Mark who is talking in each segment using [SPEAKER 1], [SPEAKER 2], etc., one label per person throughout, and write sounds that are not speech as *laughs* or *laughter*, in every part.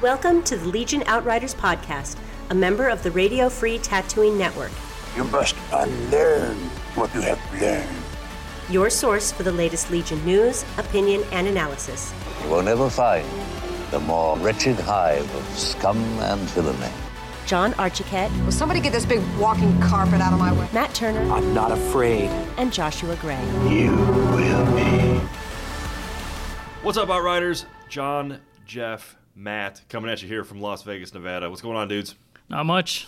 [SPEAKER 1] Welcome to the Legion Outriders podcast, a member of the Radio Free Tattooing Network,
[SPEAKER 2] You must unlearn what you have learned.
[SPEAKER 1] your source for the latest Legion news, opinion, and analysis.
[SPEAKER 3] You will never find the more wretched hive of scum and villainy.
[SPEAKER 1] John Archiquette,
[SPEAKER 4] Will somebody get this big walking carpet out of my way?
[SPEAKER 1] Matt Turner,
[SPEAKER 5] I'm not afraid.
[SPEAKER 1] and Joshua Gray.
[SPEAKER 2] You will be.
[SPEAKER 6] What's up, Outriders? John, Jeff, Matt, coming at you here from Las Vegas, Nevada. What's going on, dudes?
[SPEAKER 7] Not much.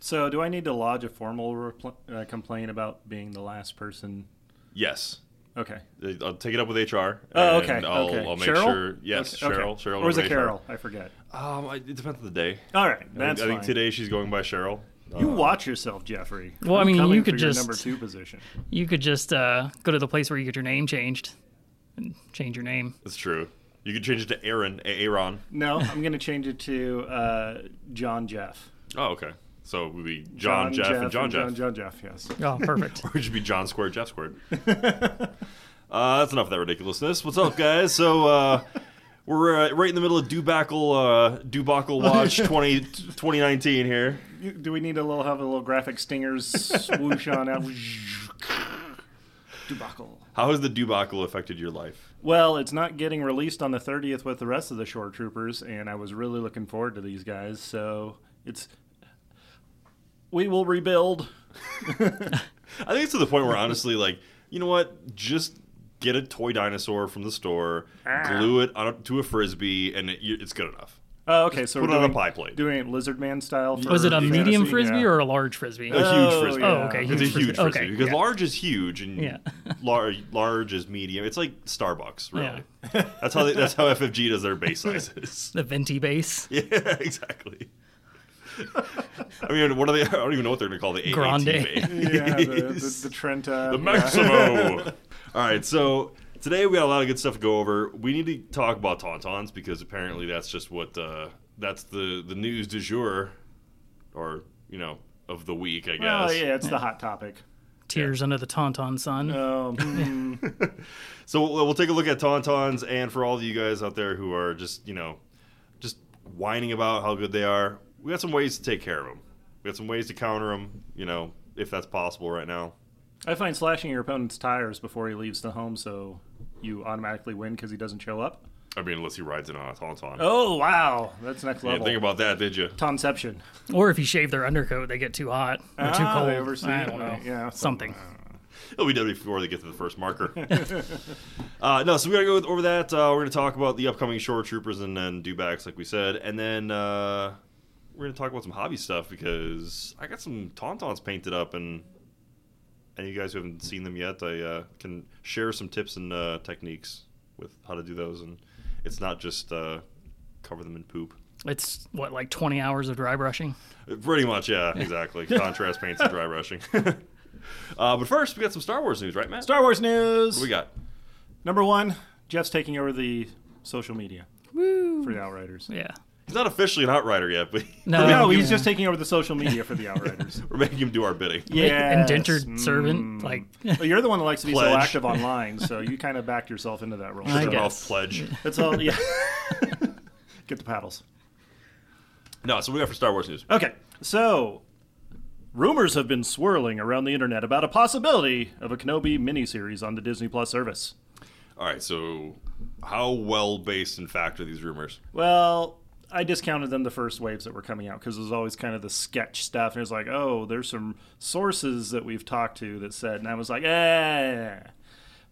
[SPEAKER 8] So, do I need to lodge a formal repl- uh, complaint about being the last person?
[SPEAKER 6] Yes.
[SPEAKER 8] Okay.
[SPEAKER 6] Uh, I'll take it up with HR.
[SPEAKER 8] Oh,
[SPEAKER 6] and
[SPEAKER 8] okay.
[SPEAKER 6] I'll,
[SPEAKER 8] okay.
[SPEAKER 6] I'll make
[SPEAKER 8] Cheryl?
[SPEAKER 6] sure. Yes,
[SPEAKER 8] Okay, okay.
[SPEAKER 6] Cheryl. Cheryl.
[SPEAKER 8] Or is
[SPEAKER 6] over
[SPEAKER 8] it
[SPEAKER 6] to HR.
[SPEAKER 8] Carol? I forget.
[SPEAKER 6] Um, I- it depends on the day.
[SPEAKER 8] All right, that's
[SPEAKER 6] I think
[SPEAKER 8] fine.
[SPEAKER 6] today she's going by Cheryl.
[SPEAKER 8] you watch yourself, Jeffrey.
[SPEAKER 7] Well, I
[SPEAKER 8] I'm
[SPEAKER 7] mean,
[SPEAKER 8] coming
[SPEAKER 7] you
[SPEAKER 8] for
[SPEAKER 7] could
[SPEAKER 8] your
[SPEAKER 7] just-
[SPEAKER 8] number two position.
[SPEAKER 7] You could just uh, go to the place where you get your name changed and change your name.
[SPEAKER 6] That's true. You can change it to Aaron, A- Aaron.
[SPEAKER 8] No, I'm going to change it to uh, John Jeff.
[SPEAKER 6] Oh, okay. So it would be John, Jeff, and John Jeff.
[SPEAKER 8] John, John Jeff. Yes.
[SPEAKER 7] Oh,
[SPEAKER 8] *laughs*
[SPEAKER 7] perfect.
[SPEAKER 6] Or it should be John squared, Jeff squared. *laughs* uh, that's enough of that ridiculousness. What's up, guys? So uh, we're uh, right in the middle of Dubacle, uh, Dubacle
[SPEAKER 8] *laughs*
[SPEAKER 6] Watch 20, 2019 here.
[SPEAKER 8] You- Do we need a little have a little graphic stingers *laughs* swoosh on out? Debacle.
[SPEAKER 6] How has the Dubacle affected your life?
[SPEAKER 8] Well, it's not getting released on the 30th with the rest of the Shore Troopers, and I was really looking forward to these guys. So it's we will rebuild.
[SPEAKER 6] I think it's to the point where honestly, like, you know what? Just get a toy dinosaur from the store,
[SPEAKER 8] Ah.
[SPEAKER 6] glue it on a, to a frisbee, and it, you, it's good enough.
[SPEAKER 8] Oh, okay, so
[SPEAKER 6] Put
[SPEAKER 8] we're
[SPEAKER 6] it on a
[SPEAKER 8] doing,
[SPEAKER 6] pie plate.
[SPEAKER 8] Doing it lizard man style. For
[SPEAKER 7] Was it a
[SPEAKER 8] fantasy?
[SPEAKER 7] medium frisbee
[SPEAKER 8] Yeah.
[SPEAKER 7] or a large frisbee?
[SPEAKER 6] A huge
[SPEAKER 8] Oh,
[SPEAKER 6] frisbee.
[SPEAKER 8] yeah. Oh, okay,
[SPEAKER 6] It's
[SPEAKER 7] huge
[SPEAKER 6] a
[SPEAKER 7] frisbee.
[SPEAKER 6] huge
[SPEAKER 7] Okay,
[SPEAKER 6] frisbee because
[SPEAKER 7] yeah.
[SPEAKER 6] large is huge and *laughs*
[SPEAKER 7] Yeah.
[SPEAKER 6] large large is medium. It's like Starbucks, really. That's how they, that's how FFG does their
[SPEAKER 7] *laughs*
[SPEAKER 6] base sizes. *laughs*
[SPEAKER 7] the venti base.
[SPEAKER 6] yeah, exactly. I mean, what are they? I don't even know what they're gonna call the AAT
[SPEAKER 7] Grande.
[SPEAKER 6] base.
[SPEAKER 8] *laughs* Yeah, the, the,
[SPEAKER 6] *laughs*
[SPEAKER 8] the Trenta.
[SPEAKER 6] The
[SPEAKER 8] yeah.
[SPEAKER 6] Maximo. All right, so today we got a lot of good stuff to go over. We need to talk about tauntauns because apparently that's just what uh, that's the the news du jour, or you know, of the week, I guess.
[SPEAKER 8] Oh yeah, it's the hot topic.
[SPEAKER 7] Tears under the Tauntaun sun.
[SPEAKER 8] Um, hmm,
[SPEAKER 6] So we'll we'll take a look at tauntauns, and for all of you guys out there who are just you know, just whining about how good they are, we got some ways to take care of them. We got some ways to counter them. You know, if that's possible right now.
[SPEAKER 8] I find slashing your opponent's tires before he leaves the home, so you automatically win because he doesn't show up.
[SPEAKER 6] I mean, unless he rides in on a tauntaun.
[SPEAKER 8] Oh wow, that's next
[SPEAKER 6] You didn't
[SPEAKER 8] level.
[SPEAKER 6] think about that, did you?
[SPEAKER 8] Tonception.
[SPEAKER 7] Or if you shave their undercoat, they get too hot or too
[SPEAKER 8] Ah,
[SPEAKER 7] cold.
[SPEAKER 8] they oversleep.
[SPEAKER 7] I don't know.
[SPEAKER 8] Right, yeah,
[SPEAKER 7] something.
[SPEAKER 6] It'll be done E before they get to the first marker. *laughs* uh, no, so we gotta go with- over that. Uh, we're gonna talk about the upcoming Shore Troopers and then Dewbacks, like we said, and then uh, we're gonna talk about some hobby stuff because I got some Tauntauns painted up, and and you guys who haven't seen them yet, I uh, can share some tips and uh, techniques with how to do those, and it's not just uh, cover them in poop.
[SPEAKER 7] It's what like 20 hours of dry brushing.
[SPEAKER 6] Pretty much, yeah, exactly. Contrast paints and dry brushing. *laughs* uh, but first, we got some Star Wars news, right, Matt?
[SPEAKER 8] Star Wars news.
[SPEAKER 6] What we got?
[SPEAKER 8] Number one, Jeff's taking over the social media for the Outriders.
[SPEAKER 7] Yeah.
[SPEAKER 6] He's not officially an outrider yet, but *laughs*
[SPEAKER 7] No.
[SPEAKER 8] no, he was
[SPEAKER 7] yeah.
[SPEAKER 8] just taking over the social media for the
[SPEAKER 7] *laughs*
[SPEAKER 8] Outriders.
[SPEAKER 6] we're making him do our bidding.
[SPEAKER 8] yes. Mm.
[SPEAKER 7] indentured servant. Like
[SPEAKER 8] Well, you're the one that likes to be so
[SPEAKER 6] Pledge.
[SPEAKER 8] active online, so you kind of backed yourself into that role.
[SPEAKER 7] I
[SPEAKER 6] Turn
[SPEAKER 7] guess.
[SPEAKER 6] off pledge.
[SPEAKER 8] That's all. Yeah. *laughs* Get the paddles.
[SPEAKER 6] No, so we got for Star Wars news.
[SPEAKER 8] Okay, so rumors have been swirling around the internet about a possibility of a Kenobi miniseries on the Disney Plus service.
[SPEAKER 6] All right, so how well based in fact are these rumors?
[SPEAKER 8] Well, I discounted them the first waves that were coming out because it was always kind of the sketch stuff, and it was like, oh, there's some sources that we've talked to that said, and I was like, eh.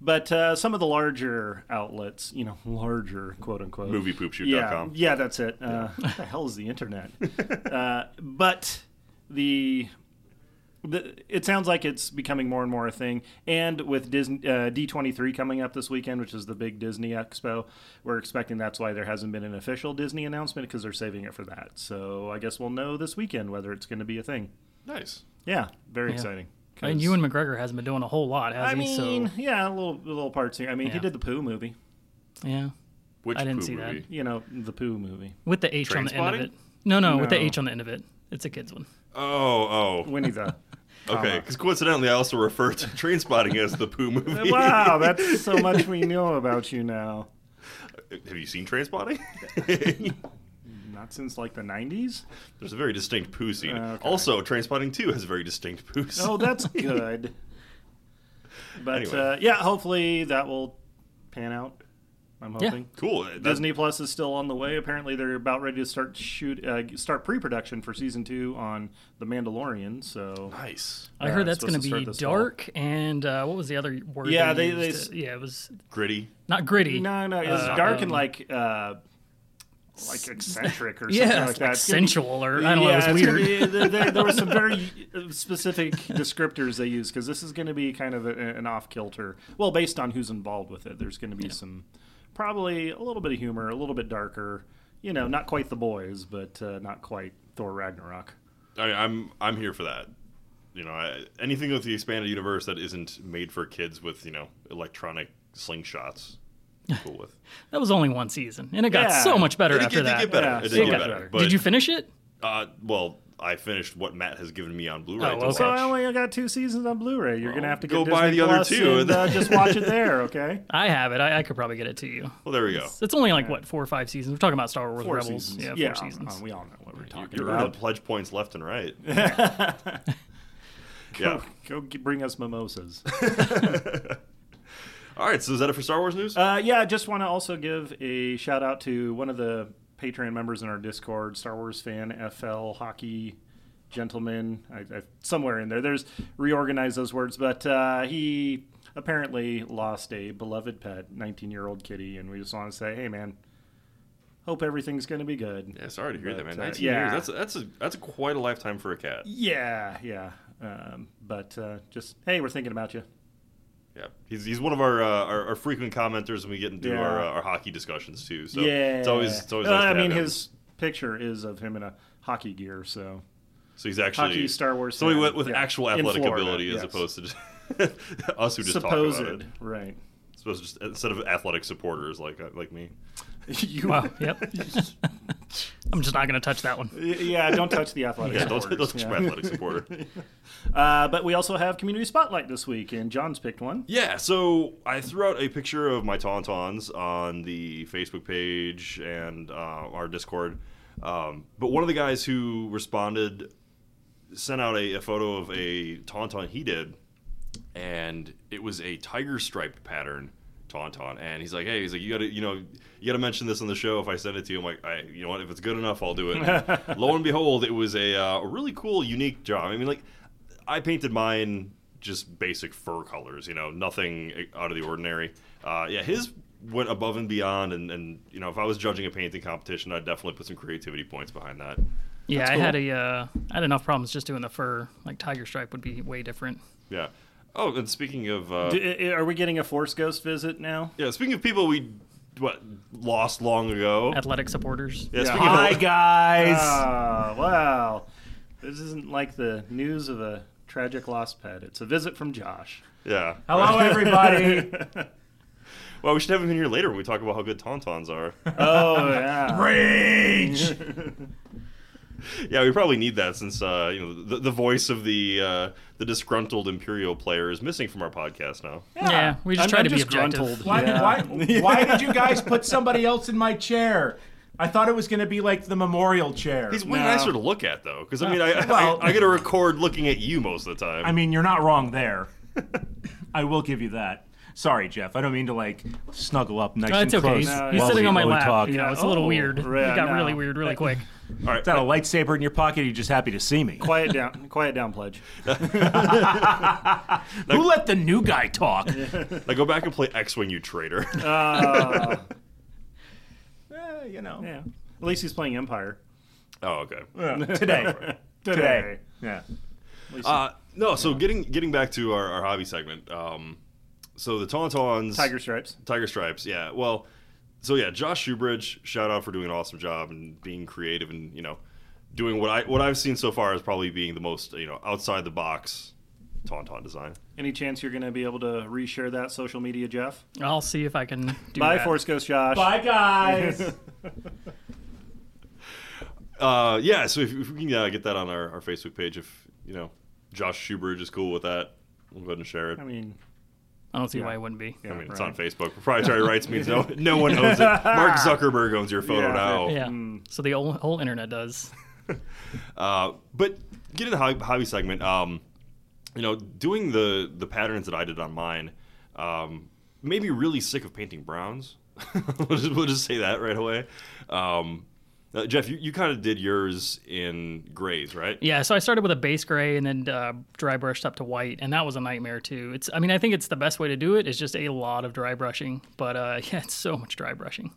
[SPEAKER 8] But uh, some of the larger outlets, you know, larger quote unquote
[SPEAKER 6] Moviepoopshoot.com.
[SPEAKER 8] Yeah, yeah, that's it. Uh, what the hell is the internet? *laughs* uh, but the, the it sounds like it's becoming more and more a thing. And with Disney uh, D23 coming up this weekend, which is the big Disney Expo, we're expecting that's why there hasn't been an official Disney announcement because they're saving it for that. So I guess we'll know this weekend whether it's going to be a thing.
[SPEAKER 6] Nice.
[SPEAKER 8] Yeah, very exciting.
[SPEAKER 7] and
[SPEAKER 8] 'Cause-
[SPEAKER 7] Ewan McGregor hasn't been doing a whole lot, has
[SPEAKER 8] I
[SPEAKER 7] he?
[SPEAKER 8] mean,
[SPEAKER 7] so
[SPEAKER 8] yeah, little little parts here. I mean, he
[SPEAKER 7] Yeah.
[SPEAKER 8] did the Pooh movie.
[SPEAKER 7] yeah,
[SPEAKER 6] Which
[SPEAKER 7] I didn't
[SPEAKER 6] poo
[SPEAKER 7] see that.
[SPEAKER 6] movie?
[SPEAKER 8] You know, the Pooh movie.
[SPEAKER 7] with the H on the end of
[SPEAKER 6] Trainspotting?
[SPEAKER 7] it. No, no, with the
[SPEAKER 8] No.
[SPEAKER 7] H on the end of it. It's a kids one.
[SPEAKER 6] Oh, oh.
[SPEAKER 7] *laughs*
[SPEAKER 8] Winnie the.
[SPEAKER 6] Okay, because coincidentally, I also refer to *laughs* Train Spotting as the poo movie. *laughs*
[SPEAKER 7] *laughs*
[SPEAKER 8] Wow, that's so much we know about you now.
[SPEAKER 6] Have you seen Train Spotting?
[SPEAKER 8] not since like the 90s.
[SPEAKER 6] *laughs* There's a very distinct poo scene. Also, Trainspotting 2 has a very distinct poo scene.
[SPEAKER 8] *laughs*
[SPEAKER 7] *laughs*
[SPEAKER 8] Oh, that's good. But
[SPEAKER 6] Anyway.
[SPEAKER 8] uh, yeah, hopefully that will pan out. I'm
[SPEAKER 7] Yeah.
[SPEAKER 8] hoping.
[SPEAKER 6] *laughs* cool. That-
[SPEAKER 8] Disney Plus is still on the way. Apparently, they're about ready to start shoot uh, start pre production for season two on The Mandalorian. So
[SPEAKER 6] Nice.
[SPEAKER 7] I
[SPEAKER 8] Uh,
[SPEAKER 7] heard
[SPEAKER 8] it's
[SPEAKER 7] that's going
[SPEAKER 8] supposed
[SPEAKER 7] to
[SPEAKER 8] to start
[SPEAKER 7] be
[SPEAKER 8] this fall.
[SPEAKER 7] dark and uh, what was the other word?
[SPEAKER 8] Yeah, they- they
[SPEAKER 7] used?
[SPEAKER 8] s-
[SPEAKER 7] Uh, yeah, it was
[SPEAKER 6] Gritty.
[SPEAKER 7] not gritty.
[SPEAKER 8] no, no, it's
[SPEAKER 7] Uh,
[SPEAKER 8] dark
[SPEAKER 7] um,
[SPEAKER 8] and like uh, like eccentric or something
[SPEAKER 7] *laughs* yeah,
[SPEAKER 8] like that. It's gonna be-
[SPEAKER 7] sensual or I don't know. It was
[SPEAKER 8] it's
[SPEAKER 7] weird.
[SPEAKER 8] gonna be- there, there- there were
[SPEAKER 7] *laughs*
[SPEAKER 8] some very uh, specific descriptors they used because this is going to be kind of a, an off kilter. Well, based on who's involved with it, there's going to be some probably a little bit of humor, a little bit darker. You know, not quite the boys, but uh, not quite Thor Ragnarok.
[SPEAKER 6] I, I'm I'm here for that. You know, I, anything with the expanded universe that isn't made for kids with you know electronic slingshots, I'm cool with.
[SPEAKER 7] That was only one season, and it got
[SPEAKER 8] Yeah.
[SPEAKER 7] so much better
[SPEAKER 6] It,
[SPEAKER 7] *laughs* after
[SPEAKER 6] did
[SPEAKER 7] that.
[SPEAKER 6] get better.
[SPEAKER 8] Yeah,
[SPEAKER 6] it
[SPEAKER 8] so
[SPEAKER 6] did get
[SPEAKER 8] much
[SPEAKER 6] better.
[SPEAKER 8] better.
[SPEAKER 6] But,
[SPEAKER 7] Did you finish it?
[SPEAKER 6] Uh, well, I finished what Matt has given me on Blu-ray.
[SPEAKER 7] Oh,
[SPEAKER 6] to
[SPEAKER 7] okay.
[SPEAKER 8] So
[SPEAKER 6] watch.
[SPEAKER 8] I only got two seasons on Blu-ray. You're gonna have to
[SPEAKER 6] go
[SPEAKER 8] get
[SPEAKER 6] buy
[SPEAKER 8] Disney
[SPEAKER 6] the other
[SPEAKER 8] Plus
[SPEAKER 6] two
[SPEAKER 8] and
[SPEAKER 6] and
[SPEAKER 8] uh, just watch it
[SPEAKER 7] *laughs*
[SPEAKER 8] there. Okay,
[SPEAKER 7] I have it. I, I could probably get it to you.
[SPEAKER 6] Well, there we go.
[SPEAKER 7] It's only like what four or five seasons. We're talking about Star Wars
[SPEAKER 8] four
[SPEAKER 7] Rebels.
[SPEAKER 8] seasons.
[SPEAKER 7] Yeah, four seasons.
[SPEAKER 8] uh, we all know what we're talking
[SPEAKER 6] You're earning
[SPEAKER 8] about.
[SPEAKER 6] pledge points left and
[SPEAKER 7] *laughs*
[SPEAKER 6] right. yeah.
[SPEAKER 8] Go, go g- bring us mimosas.
[SPEAKER 6] All right. So is that it for Star Wars news?
[SPEAKER 8] Uh, yeah, I just want to also give a shout out to one of the Patreon members in our Discord, Star Wars fan, FL hockey gentleman. I, I, somewhere in there, there's reorganize those words, but uh, he apparently lost a beloved pet, 19 year old kitty, and we just want to say, hey man, hope everything's going to be good.
[SPEAKER 6] yeah. Sorry to hear that, man.
[SPEAKER 8] but, uh,
[SPEAKER 6] 19
[SPEAKER 8] yeah.
[SPEAKER 6] years. That's that's a that's a quite a lifetime for a cat.
[SPEAKER 8] Yeah, yeah. Um, but uh, just hey, we're thinking about you.
[SPEAKER 6] Yeah, he's, he's one of our, uh, our our frequent commenters when we get into
[SPEAKER 8] Yeah.
[SPEAKER 6] our, uh, our hockey discussions too. So
[SPEAKER 8] yeah,
[SPEAKER 6] it's always it's always.
[SPEAKER 8] Uh,
[SPEAKER 6] nice to
[SPEAKER 8] I
[SPEAKER 6] have
[SPEAKER 8] mean,
[SPEAKER 6] him.
[SPEAKER 8] his picture is of him in a hockey gear, so.
[SPEAKER 6] so he's actually
[SPEAKER 8] hockey Star Wars
[SPEAKER 6] So he
[SPEAKER 8] fan,
[SPEAKER 6] went with
[SPEAKER 8] yeah,
[SPEAKER 6] actual
[SPEAKER 8] in
[SPEAKER 6] athletic
[SPEAKER 8] Florida,
[SPEAKER 6] ability as
[SPEAKER 8] yes.
[SPEAKER 6] opposed to *laughs* just, us who just
[SPEAKER 8] supposed
[SPEAKER 6] talk about it.
[SPEAKER 7] *laughs*
[SPEAKER 8] right
[SPEAKER 6] Supposed to just instead of athletic supporters like uh, like me.
[SPEAKER 8] you
[SPEAKER 7] Wow.
[SPEAKER 8] *laughs*
[SPEAKER 7] Yep. I'm just not going to touch that one.
[SPEAKER 8] yeah don't touch the athletic
[SPEAKER 6] Yeah, don't,
[SPEAKER 8] supporters,
[SPEAKER 6] don't touch my
[SPEAKER 8] yeah.
[SPEAKER 6] athletic supporter.
[SPEAKER 8] *laughs* uh, but we also have community spotlight this week and john's picked one
[SPEAKER 6] Yeah, so I threw out a picture of my Tauntauns on the Facebook page and uh, our Discord. Um, but one of the guys who responded sent out a, a photo of a Tauntaun he did, and it was a tiger striped pattern Tauntaun. And he's like, hey, he's like, you gotta, you know, you gotta mention this on the show if I send it to you. I'm like, I, you know what, if it's good enough, I'll do it. And lo and behold, it was a, uh, a really cool, unique job. I mean, like, I painted mine just basic fur colors, you know, nothing out of the ordinary. Uh, yeah, his went above and beyond, and, and you know, if I was judging a painting competition, I'd definitely put some creativity points behind that.
[SPEAKER 7] Yeah, I had a uh, I had enough problems just doing the fur. Like tiger stripe would be way different.
[SPEAKER 6] Yeah. Oh, and speaking of uh,
[SPEAKER 8] D- i- are we getting a force ghost visit now
[SPEAKER 6] yeah, speaking of people we what lost long ago.
[SPEAKER 7] Athletic supporters.
[SPEAKER 6] Yeah, speaking of-
[SPEAKER 8] hi guys Ah, wow this isn't like the news of a tragic lost pet it's a visit from josh
[SPEAKER 6] *laughs* yeah.
[SPEAKER 5] Hello, everybody.
[SPEAKER 6] *laughs* Well, we should have him in here later when we talk about how good tauntauns are.
[SPEAKER 8] oh yeah
[SPEAKER 5] Rage.
[SPEAKER 6] yeah, we probably need that since uh, you know the, the voice of the uh, the disgruntled imperial player is missing from our podcast now.
[SPEAKER 7] Yeah, we just
[SPEAKER 8] I'm-
[SPEAKER 7] try
[SPEAKER 8] I'm
[SPEAKER 7] to
[SPEAKER 8] just
[SPEAKER 7] be objective.
[SPEAKER 8] gruntled.
[SPEAKER 5] Why,
[SPEAKER 8] Yeah. *laughs*
[SPEAKER 5] why, why did you guys put somebody else in my chair? I thought it was going to be like the memorial chair.
[SPEAKER 6] He's way
[SPEAKER 8] No.
[SPEAKER 6] nicer to look at though, because I mean, I,
[SPEAKER 5] Well-
[SPEAKER 6] I I get to record looking at you most of the time.
[SPEAKER 5] I mean, you're not wrong there. I will give you that. Sorry, Jeff. I don't mean to like snuggle up nice
[SPEAKER 7] No,
[SPEAKER 5] and
[SPEAKER 7] it's okay.
[SPEAKER 5] close.
[SPEAKER 7] He's,
[SPEAKER 8] No,
[SPEAKER 7] he's
[SPEAKER 5] while
[SPEAKER 7] sitting
[SPEAKER 5] we-
[SPEAKER 7] on my
[SPEAKER 5] while we
[SPEAKER 7] lap.
[SPEAKER 5] talk.
[SPEAKER 7] You know, it's a
[SPEAKER 8] Oh,
[SPEAKER 7] little weird. It
[SPEAKER 8] right,
[SPEAKER 7] got
[SPEAKER 8] no.
[SPEAKER 7] really weird really quick.
[SPEAKER 6] All right,
[SPEAKER 5] Is that a lightsaber in your pocket? Or you just happy to see me?
[SPEAKER 8] quiet down quiet down pledge
[SPEAKER 5] Who let the new guy talk?
[SPEAKER 6] now go back and play X-wing, you traitor. *laughs*
[SPEAKER 5] Eh, you know,
[SPEAKER 8] yeah at least he's playing empire
[SPEAKER 6] oh, okay.
[SPEAKER 5] today,
[SPEAKER 8] *laughs* Today.
[SPEAKER 5] today. Yeah.
[SPEAKER 6] Uh, no, so getting getting back to our, our hobby segment. Um, so the Tauntauns,
[SPEAKER 8] tiger stripes
[SPEAKER 6] Tiger Stripes. Yeah. Well, so yeah, Josh Shoebridge, shout out for doing an awesome job and being creative and you know, doing what I what I've seen so far is probably being the most you know outside the box Tauntaun design.
[SPEAKER 8] Any chance you're going to be able to reshare that social media, Jeff?
[SPEAKER 7] I'll see if I can do
[SPEAKER 8] Bye,
[SPEAKER 7] that.
[SPEAKER 8] Force Ghost Josh.
[SPEAKER 5] Bye, guys.
[SPEAKER 6] Uh, yeah. So if, if we can uh, get that on our, our Facebook page, if you know Josh Shoebridge is cool with that, we'll go ahead and share it.
[SPEAKER 8] I mean,
[SPEAKER 7] I don't see why it wouldn't be.
[SPEAKER 6] I mean, it's on Facebook. Proprietary rights means no no one owns it. Mark Zuckerberg owns your photo
[SPEAKER 8] Yeah.
[SPEAKER 6] now.
[SPEAKER 7] Yeah.
[SPEAKER 8] Hmm.
[SPEAKER 7] So the whole, whole internet does.
[SPEAKER 6] Uh, but get into the hobby, hobby segment. Um, you know, doing the the patterns that I did on mine um, made me really sick of painting browns. *laughs* we'll, just, we'll just say that right away. Um, uh, Jeff, you, you kind of did yours in grays, right?
[SPEAKER 7] Yeah, so I started with a base gray and then uh, dry brushed up to white, and that was a nightmare too. It's, I mean, I think it's the best way to do it is just a lot of dry brushing, but uh, *laughs* yeah, it's so much dry brushing.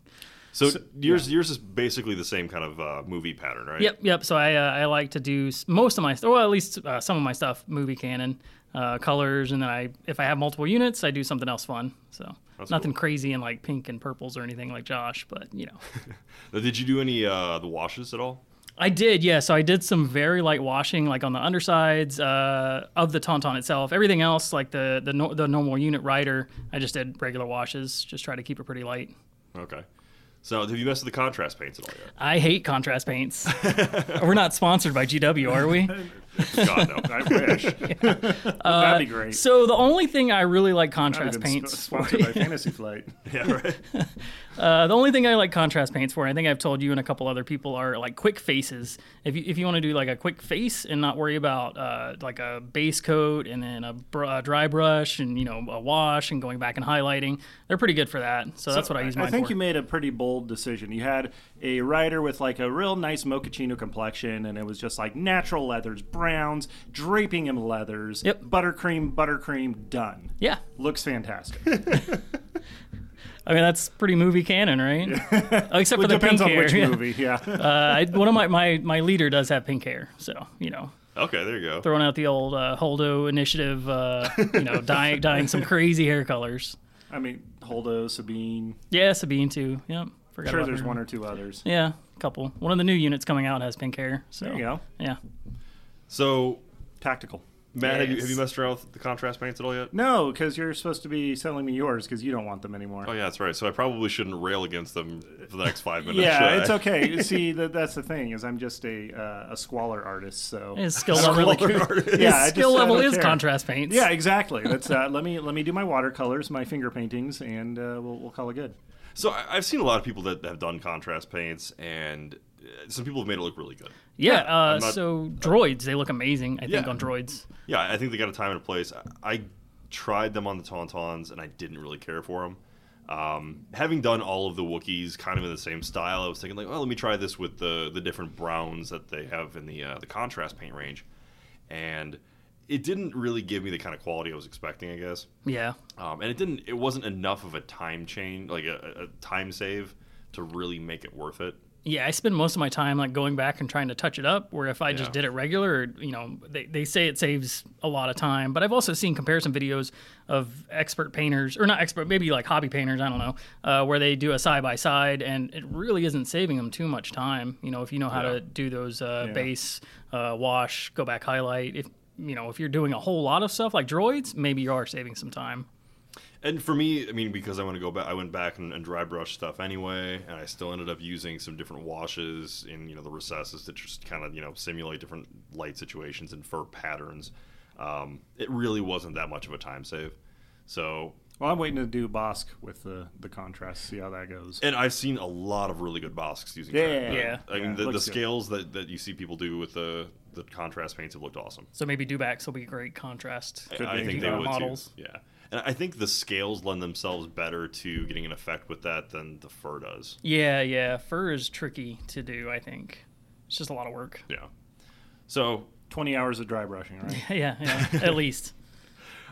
[SPEAKER 6] So, yours yours is basically the same kind of uh, movie pattern, right?
[SPEAKER 7] Yep, yep. So I uh, I like to do s- most of my well at least uh, some of my stuff movie canon, uh, colors, and then I if I have multiple units I do something else fun. So nothing crazy in like pink and purples or anything like Josh, but you know. *laughs*
[SPEAKER 6] Now, did you do any uh, the washes at all?
[SPEAKER 7] I did, yeah. So I did some very light washing, like on the undersides uh, of the tauntaun itself. Everything else, like the the, no, the normal unit rider, I just did regular washes. Just try to keep it pretty light.
[SPEAKER 6] Okay. So have you messed with the contrast paints at all yet?
[SPEAKER 7] I hate contrast paints. We're not sponsored by GW, are we?
[SPEAKER 6] God no.
[SPEAKER 7] *laughs*
[SPEAKER 8] I wish. *laughs* That'd be great.
[SPEAKER 7] Uh, So the only thing I really like
[SPEAKER 8] I've
[SPEAKER 7] contrast
[SPEAKER 8] been
[SPEAKER 7] paints.
[SPEAKER 8] sp- sponsored by Fantasy Flight.
[SPEAKER 6] yeah, right.
[SPEAKER 7] *laughs* Uh, the only thing I like contrast paints for, and I think I've told you and a couple other people, are like quick faces. If you if you want to do like a quick face and not worry about uh, like a base coat and then a, br- a dry brush and you know a wash and going back and highlighting, they're pretty good for that. So, that's what I use mine
[SPEAKER 8] I think
[SPEAKER 7] for.
[SPEAKER 8] you made a pretty bold decision. You had a rider with like a real nice mochaccino complexion, and it was just like natural leathers, browns, draping in leathers,
[SPEAKER 7] Yep.
[SPEAKER 8] buttercream, buttercream, done.
[SPEAKER 7] yeah,
[SPEAKER 8] Looks
[SPEAKER 7] *laughs*
[SPEAKER 8] fantastic.
[SPEAKER 7] I mean that's pretty movie canon, right? Oh, Except for
[SPEAKER 8] it
[SPEAKER 7] the pink
[SPEAKER 8] depends on
[SPEAKER 7] hair. *laughs*
[SPEAKER 8] which
[SPEAKER 7] yeah.
[SPEAKER 8] movie, yeah.
[SPEAKER 7] Uh, I, one of my, my my leader does have pink hair, so you know
[SPEAKER 6] Okay, there you go.
[SPEAKER 7] throwing out the old uh, Holdo initiative, uh, you
[SPEAKER 8] *laughs*
[SPEAKER 7] know dyeing dyeing some crazy hair colors.
[SPEAKER 8] I mean, Holdo, Sabine.
[SPEAKER 7] Yeah, Sabine too. Yep, forgot
[SPEAKER 8] sure,
[SPEAKER 7] about
[SPEAKER 8] there's
[SPEAKER 7] her.
[SPEAKER 8] one or two others.
[SPEAKER 7] Yeah, a couple. One of the new units coming out has pink hair. So
[SPEAKER 8] There you go.
[SPEAKER 7] yeah.
[SPEAKER 6] So
[SPEAKER 8] Tactical.
[SPEAKER 6] Matt, have, you, have you
[SPEAKER 7] Yes.
[SPEAKER 6] messed around with the contrast paints at all yet?
[SPEAKER 8] No, because you're supposed to be selling me yours because you don't want them anymore.
[SPEAKER 6] Oh yeah, that's right. So I probably shouldn't rail against them for the next five minutes.
[SPEAKER 8] *laughs* Yeah,
[SPEAKER 6] should
[SPEAKER 8] it's
[SPEAKER 6] I?
[SPEAKER 8] okay. See, that, that's the thing is I'm just a uh, a squalor artist, so *laughs*
[SPEAKER 7] His skill level really *laughs*
[SPEAKER 8] yeah,
[SPEAKER 7] His
[SPEAKER 8] I just-
[SPEAKER 7] skill
[SPEAKER 8] I
[SPEAKER 7] level
[SPEAKER 8] don't
[SPEAKER 7] is
[SPEAKER 8] care.
[SPEAKER 7] contrast paints.
[SPEAKER 8] Yeah, exactly. That's uh, let me let me do my watercolors, my finger paintings, and uh, we'll, we'll call it good.
[SPEAKER 6] So I, I've seen a lot of people that have done contrast paints, and uh, some people have made it look really good.
[SPEAKER 7] Yeah. uh,
[SPEAKER 6] not-
[SPEAKER 7] so droids, they look amazing. I think
[SPEAKER 6] Yeah.
[SPEAKER 7] on droids.
[SPEAKER 6] Yeah, I think they got a time and a place. I, I tried them on the Tauntauns, and I didn't really care for them. Um, having done all of the Wookiees kind of in the same style, I was thinking like, oh, let me try this with the the different browns that they have in the uh, the contrast paint range, and it didn't really give me the kind of quality I was expecting. I guess.
[SPEAKER 7] Yeah.
[SPEAKER 6] um, and it didn't it wasn't enough of a time change like a, a time save to really make it worth it
[SPEAKER 7] Yeah, I spend most of my time like going back and trying to touch it up. Where if I
[SPEAKER 6] Yeah.
[SPEAKER 7] just did it regular, you know, they, they say it saves a lot of time. But I've also seen comparison videos of expert painters, or not expert, maybe like hobby painters, I don't know, uh, where they do a side by side, and it really isn't saving them too much time. You know, if you know how to do those uh, base, uh, wash, go back, highlight. If you know, if you're doing a whole lot of stuff like droids, maybe you are saving some time.
[SPEAKER 6] and for me i mean because i want to go back i went back and, and dry brush stuff anyway and i still ended up using some different washes in you know the recesses to just kind of you know simulate different light situations and fur patterns um, it really wasn't that much of a time save so
[SPEAKER 8] Well, I'm waiting to do Bosque with the the contrast. See how that goes.
[SPEAKER 6] and I've seen a lot of really good Bosques using
[SPEAKER 8] Yeah,
[SPEAKER 6] Trend.
[SPEAKER 7] yeah,
[SPEAKER 6] I mean,
[SPEAKER 8] yeah.
[SPEAKER 6] the, the
[SPEAKER 8] Looks good.
[SPEAKER 6] scales that, that you see people do with the, the contrast paints have looked awesome.
[SPEAKER 7] So maybe Dubacks will be a great contrast.
[SPEAKER 6] I
[SPEAKER 8] be.
[SPEAKER 6] think
[SPEAKER 7] You
[SPEAKER 6] they
[SPEAKER 7] got
[SPEAKER 6] would
[SPEAKER 7] models.
[SPEAKER 6] too. Yeah, and I think the scales lend themselves better to getting an effect with that than the fur does.
[SPEAKER 7] Yeah, yeah. Fur is tricky to do, I think. It's just a lot of work. *laughs*
[SPEAKER 6] Yeah. So,
[SPEAKER 8] Twenty hours of dry brushing, right?
[SPEAKER 7] Yeah,
[SPEAKER 8] *laughs*
[SPEAKER 7] yeah. at least.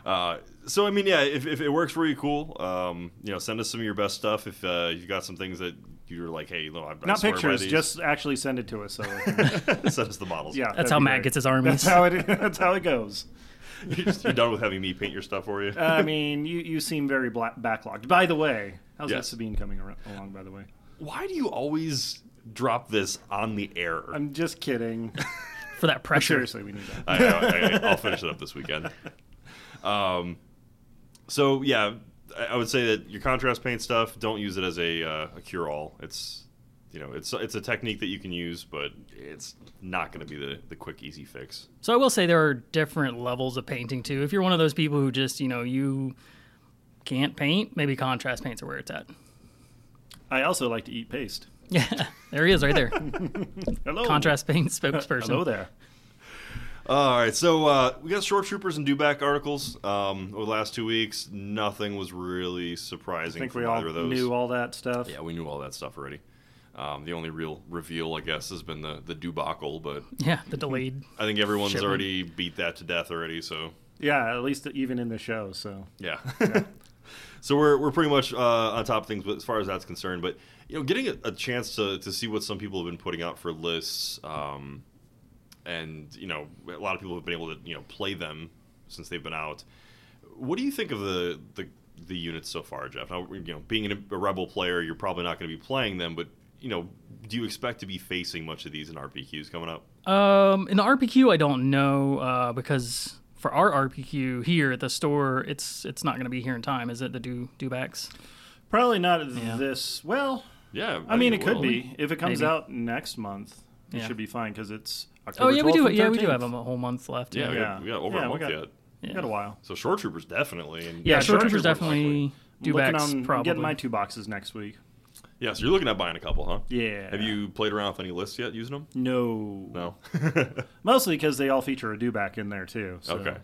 [SPEAKER 6] uh, so I mean, yeah, if, if it works for you, cool. Um, you know, send us some of your best stuff. If uh, you've got some things that you're like, hey, no, I'm
[SPEAKER 8] Not pictures, just actually send it to us.
[SPEAKER 7] *laughs*
[SPEAKER 8] So yeah,
[SPEAKER 6] *laughs* send us the models.
[SPEAKER 7] That's how Matt gets his armies.
[SPEAKER 8] That's how it. *laughs* That's how it goes.
[SPEAKER 6] *laughs* you're, just- you're done with having me paint your stuff for you.
[SPEAKER 8] I mean, you, you seem very black, backlogged. By the way, how's
[SPEAKER 6] Yes.
[SPEAKER 8] that Sabine coming ar- along? By the way,
[SPEAKER 6] Why do you always drop this on the air?
[SPEAKER 8] I'm
[SPEAKER 7] *laughs*
[SPEAKER 8] just kidding.
[SPEAKER 7] For
[SPEAKER 8] *laughs*
[SPEAKER 7] that pressure.
[SPEAKER 8] Seriously, we need that.
[SPEAKER 6] I, I, I'll finish it up this weekend. Um, so yeah, I, I would say that your contrast paint stuff. Don't use it as a, uh, a cure all. It's you know, it's it's a technique that you can use, but it's not going to be the, the quick easy fix.
[SPEAKER 7] So I will say there are different levels of painting too. If you're one of those people who just, you know, you can't paint, maybe contrast paints are where it's at.
[SPEAKER 8] I also like to eat paste.
[SPEAKER 7] Yeah, there he is
[SPEAKER 8] *laughs*
[SPEAKER 7] right there. *laughs*
[SPEAKER 8] Hello.
[SPEAKER 7] Contrast paint spokesperson.
[SPEAKER 8] *laughs* Hello there.
[SPEAKER 6] All right, so uh, we got short troopers and dewback articles um, over the last two weeks. Nothing was really surprising
[SPEAKER 8] I think
[SPEAKER 6] from
[SPEAKER 8] we all
[SPEAKER 6] either of those.
[SPEAKER 8] knew all that stuff.
[SPEAKER 6] yeah, we knew all that stuff already. Um, the only real reveal, I guess, has been the the debacle, but
[SPEAKER 7] Yeah, the delayed.
[SPEAKER 6] I think everyone's
[SPEAKER 7] Shipment.
[SPEAKER 6] already beat that to death already. So
[SPEAKER 8] Yeah, at least even in the show. So
[SPEAKER 6] yeah. *laughs* so we're, we're pretty much uh, on top of things as far as that's concerned. But you know, getting a, a chance to, to see what some people have been putting out for lists, um, and you know, a lot of people have been able to you know play them since they've been out. What do you think of the the, the units so far, Jeff? Now, you know, being a, a rebel player, you're probably not going to be playing them, but you know, do you expect to be facing much of these in RPQs coming up?
[SPEAKER 8] Uh,
[SPEAKER 7] Um, in the RPQ, I don't know uh, because for our RPQ here at the store, it's it's not going to be here in time, is it? The do do backs.
[SPEAKER 8] probably not this. Well,
[SPEAKER 6] Yeah,
[SPEAKER 8] I mean, it
[SPEAKER 6] think
[SPEAKER 8] could
[SPEAKER 6] will.
[SPEAKER 8] be if it comes
[SPEAKER 7] Maybe.
[SPEAKER 8] out next month. It
[SPEAKER 7] Yeah.
[SPEAKER 8] should be fine because it's
[SPEAKER 7] Oh
[SPEAKER 8] October.
[SPEAKER 7] yeah, we
[SPEAKER 8] 12th
[SPEAKER 7] do.
[SPEAKER 8] and
[SPEAKER 7] Yeah, we do
[SPEAKER 8] 13th.
[SPEAKER 7] have a whole month left.
[SPEAKER 6] Yeah, we,
[SPEAKER 8] Yeah.
[SPEAKER 6] Got, we got over
[SPEAKER 8] Yeah,
[SPEAKER 6] a month
[SPEAKER 8] we got-
[SPEAKER 6] yet.
[SPEAKER 8] Got a while.
[SPEAKER 6] So short troopers definitely. And
[SPEAKER 8] Yeah,
[SPEAKER 7] yeah short
[SPEAKER 8] short
[SPEAKER 7] troopers
[SPEAKER 8] troopers most
[SPEAKER 7] definitely. Do
[SPEAKER 8] Looking
[SPEAKER 7] backs
[SPEAKER 8] on
[SPEAKER 7] probably.
[SPEAKER 8] getting my two boxes next week.
[SPEAKER 6] Yeah, so you're looking at buying a couple, huh?
[SPEAKER 8] Yeah.
[SPEAKER 6] Have you played around with any lists yet using them?
[SPEAKER 8] No.
[SPEAKER 6] No.
[SPEAKER 8] Mostly because they all feature a dewback in there too. So.
[SPEAKER 6] Okay.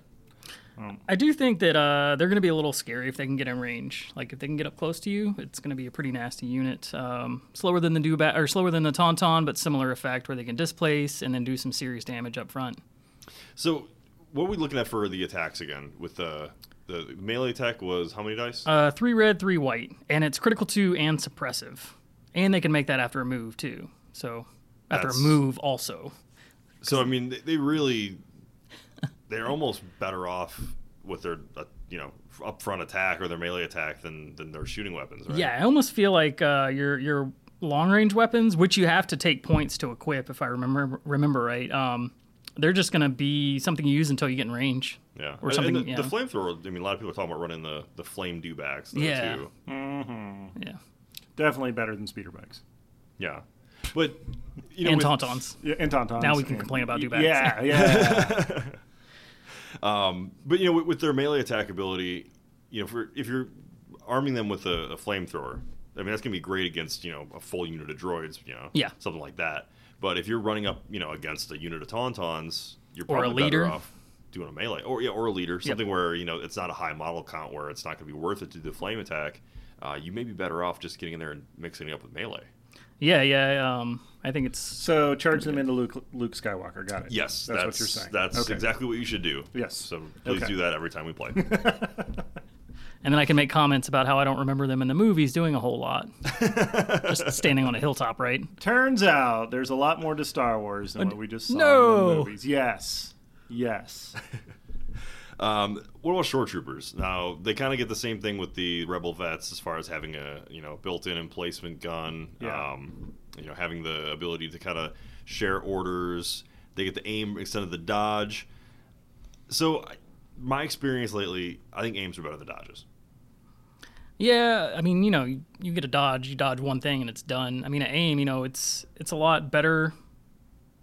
[SPEAKER 7] I do think that uh, they're going to be a little scary if they can get in range. Like if they can get up close to you, it's going to be a pretty nasty unit. Um, slower than the Dubat or slower than the Tauntaun, but similar effect where they can displace and then do some serious damage up front.
[SPEAKER 6] So what are we looking at for the attacks again? With the the melee attack was how many dice?
[SPEAKER 7] Uh, three red, three white, and it's critical two and suppressive, and they can make that after a move too. So after a
[SPEAKER 6] That's-
[SPEAKER 7] move also.
[SPEAKER 6] so I mean, they, they really they're almost better off with their uh, you know upfront attack or their melee attack than than their shooting weapons, right?
[SPEAKER 7] Yeah, I almost feel like uh, your your long range weapons, which you have to take points to equip, if I remember remember right. Um, they're just going to be something you use until you get in range.
[SPEAKER 6] Yeah.
[SPEAKER 7] Or
[SPEAKER 6] And-
[SPEAKER 7] something,
[SPEAKER 6] And the,
[SPEAKER 7] yeah.
[SPEAKER 6] the flamethrower. I mean, a lot of people are talking about running the the flame dewbacks. though,
[SPEAKER 7] Yeah.
[SPEAKER 6] Too.
[SPEAKER 7] Yeah,
[SPEAKER 8] *laughs* Definitely better than speeder bikes.
[SPEAKER 6] Yeah. But you know,
[SPEAKER 7] and
[SPEAKER 6] with-
[SPEAKER 7] Tauntauns.
[SPEAKER 8] Yeah, and Tauntauns.
[SPEAKER 7] Now we can
[SPEAKER 8] and-
[SPEAKER 7] complain about
[SPEAKER 8] y-
[SPEAKER 7] dewbacks.
[SPEAKER 8] Yeah,
[SPEAKER 7] *laughs*
[SPEAKER 8] yeah.
[SPEAKER 6] But you know, with, with their melee attack ability, you know, for, if you're arming them with a, a flamethrower, I mean, that's gonna be great against you know a full unit of droids, you know,
[SPEAKER 7] Yeah.
[SPEAKER 6] something like that. But if you're running up, you know, against a unit of Tauntauns, you're
[SPEAKER 7] Or a
[SPEAKER 6] probably
[SPEAKER 7] leader.
[SPEAKER 6] better off doing a melee or yeah, or a leader, something where you know it's not a high model count where it's not gonna be worth it to do the flame attack. Uh, you may be better off just getting in there and mixing it up with melee.
[SPEAKER 7] Yeah, yeah. Um, I think it's
[SPEAKER 8] so charge them into Luke, Luke Skywalker. Got it.
[SPEAKER 6] Yes,
[SPEAKER 8] that's, what you're saying.
[SPEAKER 6] That's
[SPEAKER 8] okay.
[SPEAKER 6] exactly what you should do.
[SPEAKER 8] Yes.
[SPEAKER 6] So please
[SPEAKER 8] Okay.
[SPEAKER 6] do that every time we play.
[SPEAKER 8] *laughs*
[SPEAKER 7] and then I can make comments about how I don't remember them in the movies doing a
[SPEAKER 6] *laughs*
[SPEAKER 7] whole lot. Just standing on a hilltop, right?
[SPEAKER 8] Turns out there's a lot more to Star Wars than what we just saw in
[SPEAKER 7] no.
[SPEAKER 8] the movies. Yes. Yes.
[SPEAKER 6] Um, what about short troopers? Now they kind of get the same thing with the rebel vets as far as having a you know built-in emplacement gun.
[SPEAKER 8] Yeah.
[SPEAKER 6] Um, you know having the ability to kind of share orders. They get the aim extended the dodge. So I- my experience lately, I think aims are better than dodges.
[SPEAKER 7] Yeah, I mean, you know, you, you get a dodge, you dodge one thing, and it's done. I mean, at aim, you know, it's it's a lot better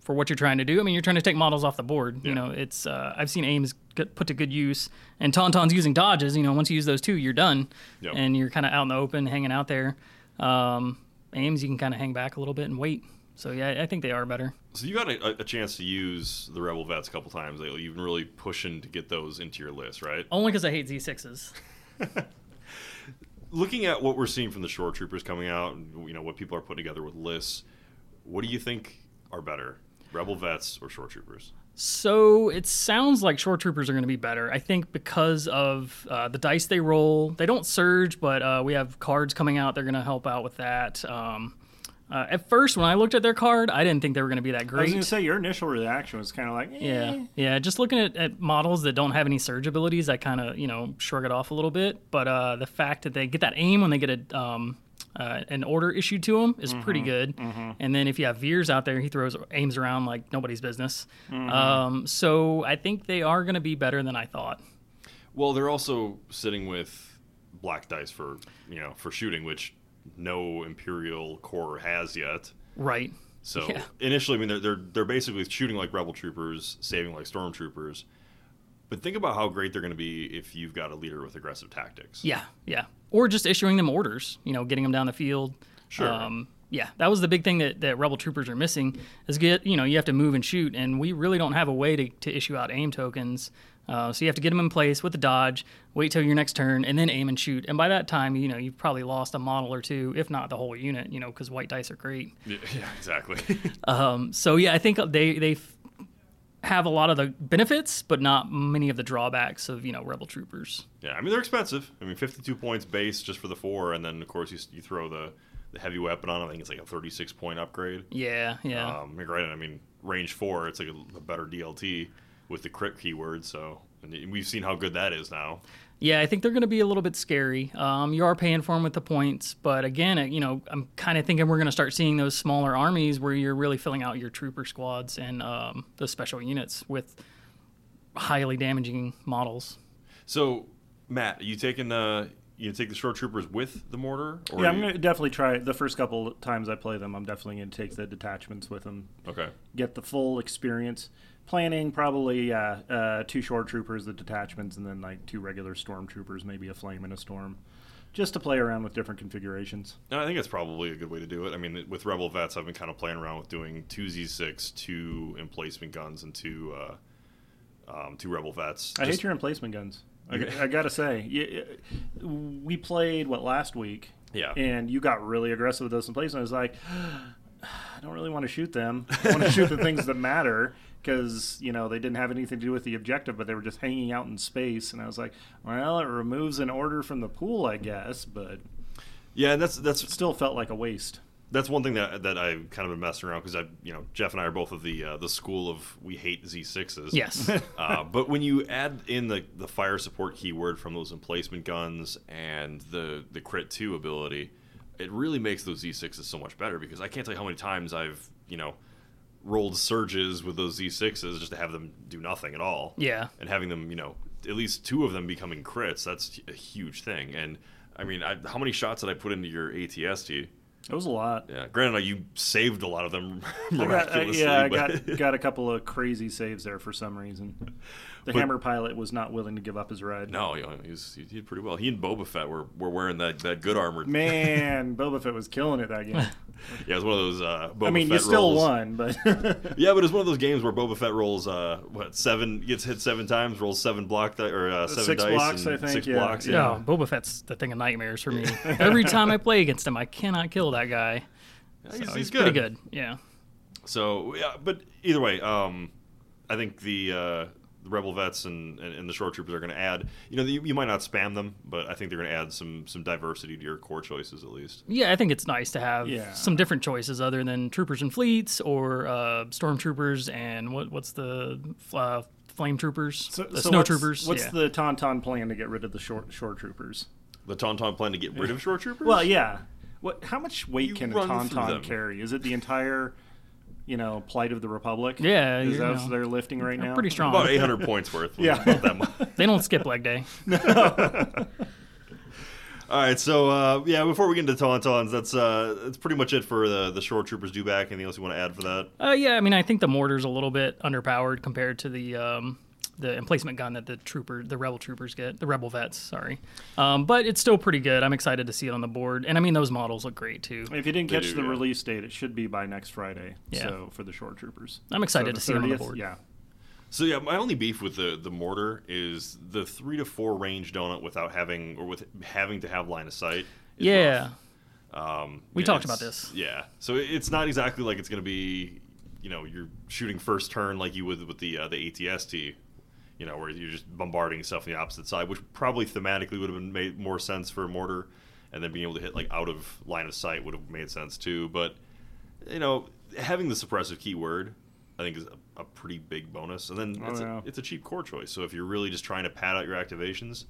[SPEAKER 7] for what you're trying to do. I mean, you're trying to take models off the board. You know, it's uh, I've seen aims get put to good use, and Tauntaun's using dodges. You know, once you use those two, you're done,
[SPEAKER 6] Yep.
[SPEAKER 7] and you're kind of out in the open, hanging out there. Um, aims, you can kind of hang back a little bit and wait. So yeah, I think they are better.
[SPEAKER 6] So you got a, a chance to use the rebel vets a couple times lately. You've been really pushing to get those into your list, right?
[SPEAKER 7] Only because I hate Z6s.
[SPEAKER 6] looking at what we're seeing from the shore troopers coming out and you know what people are putting together with lists what do you think are better rebel vets or shore troopers
[SPEAKER 7] So it sounds like short troopers are going to be better. I think because of uh, the dice they roll, they don't surge, but uh, we have cards coming out. They're going to help out with that. Um, uh, at first, when I looked at their card, I didn't think they were going to be that
[SPEAKER 8] I was
[SPEAKER 7] great.
[SPEAKER 8] going to say your initial reaction was kind of like, eh.
[SPEAKER 7] yeah, yeah. Just looking at, at models that don't have any surge abilities, I kind of you know shrug it off a little bit. But uh, the fact that they get that aim when they get a um, uh, an order issued to them is pretty good. And then if you have Veers out there, he throws aims around like nobody's business. Um, so I think they are going to be better than I thought.
[SPEAKER 6] well they're also sitting with black dice for you know for shooting which no imperial corps has yet
[SPEAKER 7] Right.
[SPEAKER 6] so
[SPEAKER 7] Yeah.
[SPEAKER 6] initially i mean they're, they're they're basically shooting like rebel troopers saving like stormtroopers But think about how great they're going to be if you've got a leader with aggressive tactics.
[SPEAKER 7] Yeah, yeah. Or just issuing them orders, you know, getting them down the field.
[SPEAKER 6] Sure.
[SPEAKER 7] Um, yeah, that was the big thing that, that rebel troopers are missing is get you know you have to move and shoot, and we really don't have a way to, to issue out aim tokens. Uh, so you have to get them in place with the dodge, wait till your next turn, and then aim and shoot. And by that time, you know you've probably lost a model or two, if not the whole unit. You know because white dice are great.
[SPEAKER 6] *laughs* Yeah, yeah, exactly.
[SPEAKER 7] *laughs* So yeah, I think they they f- have a lot of the benefits, but not many of the drawbacks of you know rebel troopers.
[SPEAKER 6] yeah, I mean they're expensive. I mean, 52 points base just for the four, and then of course you, s- you throw the, the heavy weapon on. I think it's like a 36 point upgrade.
[SPEAKER 7] Yeah, yeah.
[SPEAKER 6] Um, you're right. I mean, range four, it's like a, a better DLT with the crit keyword. So, and we've seen how good that is now.
[SPEAKER 7] Yeah, I think they're going to be a little bit scary. Um, you are paying for them with the points, but again, uh, you know, I'm kind of thinking we're going to start seeing those smaller armies where you're really filling out your trooper squads and um, those special units with highly damaging models.
[SPEAKER 6] So, Matt, are you taking uh, you take the short troopers with the mortar? Or
[SPEAKER 8] Yeah, I'm
[SPEAKER 6] you-
[SPEAKER 8] gonna definitely try it. The first couple times I play them, I'm definitely gonna take the detachments with them.
[SPEAKER 6] Okay.
[SPEAKER 8] Get the full experience. Planning probably uh, uh, two short troopers, the detachments, and then like two regular stormtroopers, maybe a flame and a storm, just to play around with different configurations.
[SPEAKER 6] No, I think that's probably a good way to do it. I mean, with Rebel Vets, I've been kind of playing around with doing two Z6, two emplacement guns, and two uh, um, two Rebel Vets.
[SPEAKER 8] I
[SPEAKER 6] Just-
[SPEAKER 8] hate your emplacement guns. I, I gotta say, y- y- we played what last week.
[SPEAKER 6] Yeah.
[SPEAKER 8] And you got really aggressive with those emplacements. I was like, I don't really want to shoot
[SPEAKER 6] *laughs*
[SPEAKER 8] them. I want to shoot the things that matter because you know they didn't have anything to do with the objective, but they were just hanging out in space. And I was like, well, it removes an order from the pool, I guess, but
[SPEAKER 6] Yeah, and that's that's
[SPEAKER 8] still felt like a waste.
[SPEAKER 6] that's one thing that that I've kind of been messing around because I, you know, Jeff and I are both of the uh, the school of we hate Z6s.
[SPEAKER 7] Yes.
[SPEAKER 6] uh, but when you add in the, the fire support keyword from those emplacement guns and the, the crit 2 ability, it really makes those Z6s so much better because I can't tell you how many times I've, you know, rolled surges with those Z6s just to have them do nothing at all.
[SPEAKER 7] Yeah.
[SPEAKER 6] And having them, you know, at least two of them becoming crits, that's a huge thing. And I mean, I, how many shots did I put into your ATST?
[SPEAKER 8] It was a lot.
[SPEAKER 6] Yeah, granted, you saved a lot of them *laughs*
[SPEAKER 8] I got, I-
[SPEAKER 6] miraculously.
[SPEAKER 8] yeah,
[SPEAKER 6] *laughs*
[SPEAKER 8] I
[SPEAKER 6] but-
[SPEAKER 8] got got a couple of crazy saves there for some reason. The hammer pilot was not willing to give up his ride.
[SPEAKER 6] No, you know, he, was, he did pretty well. He and Boba Fett were, were wearing that, that good armor.
[SPEAKER 8] Man, Boba Fett was killing it
[SPEAKER 6] *laughs*
[SPEAKER 8] that game.
[SPEAKER 6] Yeah, it was one of those uh, Boba
[SPEAKER 8] I mean,
[SPEAKER 6] Fett
[SPEAKER 8] you still
[SPEAKER 6] rolls. *laughs*
[SPEAKER 8] won, but
[SPEAKER 6] Yeah, but it's one of those games where Boba Fett rolls uh, what seven gets hit seven times, rolls seven block di- or uh, seven
[SPEAKER 8] Six
[SPEAKER 6] dice
[SPEAKER 8] blocks,
[SPEAKER 6] and
[SPEAKER 8] I think,
[SPEAKER 6] six
[SPEAKER 8] yeah.
[SPEAKER 6] blocks. Yeah.
[SPEAKER 7] No, Boba Fett's the thing of nightmares for me. Every time I play against him, I cannot kill that guy.
[SPEAKER 6] Yeah, he's,
[SPEAKER 7] So
[SPEAKER 6] he's
[SPEAKER 7] pretty good. Yeah.
[SPEAKER 6] So, yeah, but either way, um, I think the, uh, the rebel vets and, and, and the short troopers are going to add. You know, you, you might not spam them, but I think they're going to add some some diversity to your core choices at least.
[SPEAKER 7] Yeah, I think it's nice to have
[SPEAKER 8] Yeah.
[SPEAKER 7] some different choices other than troopers and fleets or uh, stormtroopers and what what's the uh, flame troopers, the snow
[SPEAKER 8] what's,
[SPEAKER 7] troopers.
[SPEAKER 8] What's
[SPEAKER 7] yeah.
[SPEAKER 8] the Tauntaun plan to get rid of the short shore troopers?
[SPEAKER 6] The Tauntaun plan to get rid of short troopers.
[SPEAKER 8] Well, yeah. What? How much weight
[SPEAKER 6] You
[SPEAKER 8] can a
[SPEAKER 6] run through them.
[SPEAKER 8] Tauntaun carry? Is it the entire, you know, plight of the Republic?
[SPEAKER 7] Yeah,
[SPEAKER 8] is
[SPEAKER 7] you know.
[SPEAKER 8] that what they're lifting right now?
[SPEAKER 7] pretty strong.
[SPEAKER 6] about 800 points worth.
[SPEAKER 8] *laughs* Yeah.
[SPEAKER 6] About that much.
[SPEAKER 7] They don't skip leg
[SPEAKER 8] *laughs*
[SPEAKER 7] day.
[SPEAKER 6] All right, so uh, yeah, before we get into Tauntauns, that's uh, that's pretty much it for the the short troopers do back. Anything else you want to add for that?
[SPEAKER 7] Uh, yeah, I mean, I think the mortar's a little bit underpowered compared to the um, the emplacement gun that the trooper, the rebel troopers get, the rebel vets. Sorry, um, but it's still pretty good. I'm excited to see it on the board, and I mean, those models look great too.
[SPEAKER 8] If you didn't
[SPEAKER 6] They
[SPEAKER 8] catch
[SPEAKER 6] do,
[SPEAKER 8] the
[SPEAKER 6] yeah.
[SPEAKER 8] release date, it should be by next Friday.
[SPEAKER 7] Yeah.
[SPEAKER 8] So for the short troopers,
[SPEAKER 7] I'm excited to see them on the board.
[SPEAKER 8] Yeah.
[SPEAKER 6] So yeah, my only beef with the the mortar is the three to four range donut without having or with having to have line of sight. is
[SPEAKER 7] Yeah,
[SPEAKER 6] rough. um,
[SPEAKER 7] We
[SPEAKER 6] yeah,
[SPEAKER 7] talked about
[SPEAKER 6] it's-
[SPEAKER 7] this.
[SPEAKER 6] Yeah, so it- it's not exactly like it's going to be, you know, you're shooting first turn like you would with the uh, the ATST, you know, where you're just bombarding stuff on the opposite side, which probably thematically would have been made more sense for a mortar, and then being able to hit like out of line of sight would have made sense too. But you know, having the suppressive keyword, I think is a, a pretty big bonus, and then it's,
[SPEAKER 8] yeah.
[SPEAKER 6] a, it's a cheap core choice. So if you're really just trying to pad out your activations,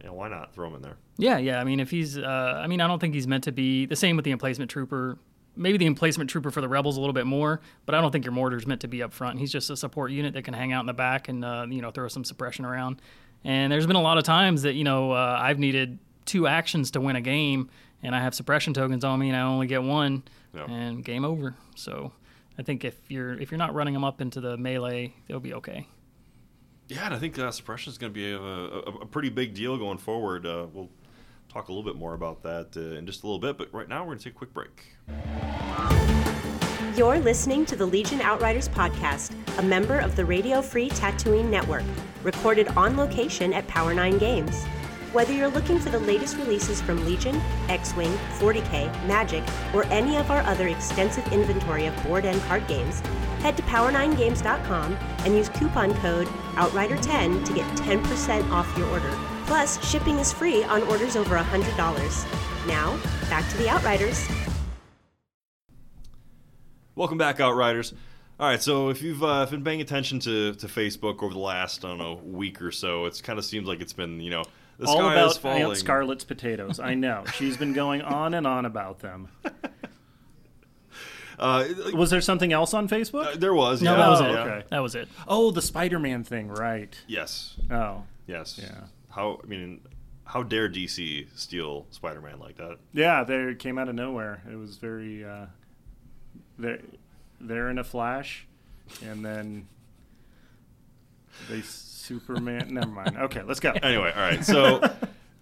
[SPEAKER 6] you know, why not throw them in there?
[SPEAKER 7] yeah, yeah. I mean, if he's, uh, I mean, I don't think he's meant to be the same with the emplacement trooper. Maybe the emplacement trooper for the rebels a little bit more, but I don't think your mortar's meant to be up front. He's just a support unit that can hang out in the back and uh, you know throw some suppression around. And there's been a lot of times that you know uh, I've needed two actions to win a game, and I have suppression tokens on me, and I only get one,
[SPEAKER 6] Yeah.
[SPEAKER 7] and game over. So I think if you're if you're not running them up into the melee, they'll be okay.
[SPEAKER 6] Yeah, and I think uh, suppression is going to be a, a, a pretty big deal going forward. Uh, we'll talk a little bit more about that uh, in just a little bit, but right now we're going to take a quick break.
[SPEAKER 1] You're listening to the Legion Outriders podcast, a member of the Radio Free Tatooine Network, recorded on location at Power 9 Games. Whether you're looking for the latest releases from Legion, X Wing, 40K, Magic, or any of our other extensive inventory of board and card games, head to power9games.com and use coupon code OUTRIDER10 to get 10% off your order. Plus, shipping is free on orders over $100. Now, back to the Outriders.
[SPEAKER 6] Welcome back, Outriders. All right, so if you've uh, been paying attention to, to Facebook over the last, I don't know, week or so, it's kind of seems like it's been, you know, the
[SPEAKER 8] All
[SPEAKER 6] sky is
[SPEAKER 8] about
[SPEAKER 6] falling.
[SPEAKER 8] Aunt Scarlett's potatoes. I know. She's been
[SPEAKER 6] *laughs*
[SPEAKER 8] going on and on about them.
[SPEAKER 6] Uh, it- like,
[SPEAKER 8] Was there something else on Facebook?
[SPEAKER 6] uh, there was,
[SPEAKER 7] No,
[SPEAKER 6] yeah.
[SPEAKER 7] that was
[SPEAKER 8] Oh,
[SPEAKER 7] it.
[SPEAKER 6] yeah.
[SPEAKER 8] okay.
[SPEAKER 7] That was it.
[SPEAKER 8] Oh, the Spider-Man thing, right?
[SPEAKER 6] Yes,
[SPEAKER 8] Oh,
[SPEAKER 6] yes.
[SPEAKER 8] Yeah.
[SPEAKER 6] How, I mean, how dare DC steal Spider Man like that?
[SPEAKER 8] yeah. They came out of nowhere. It was very. Uh, they're they're in a flash, and then they Superman. Never mind. Okay, let's go.
[SPEAKER 6] Anyway, all right. So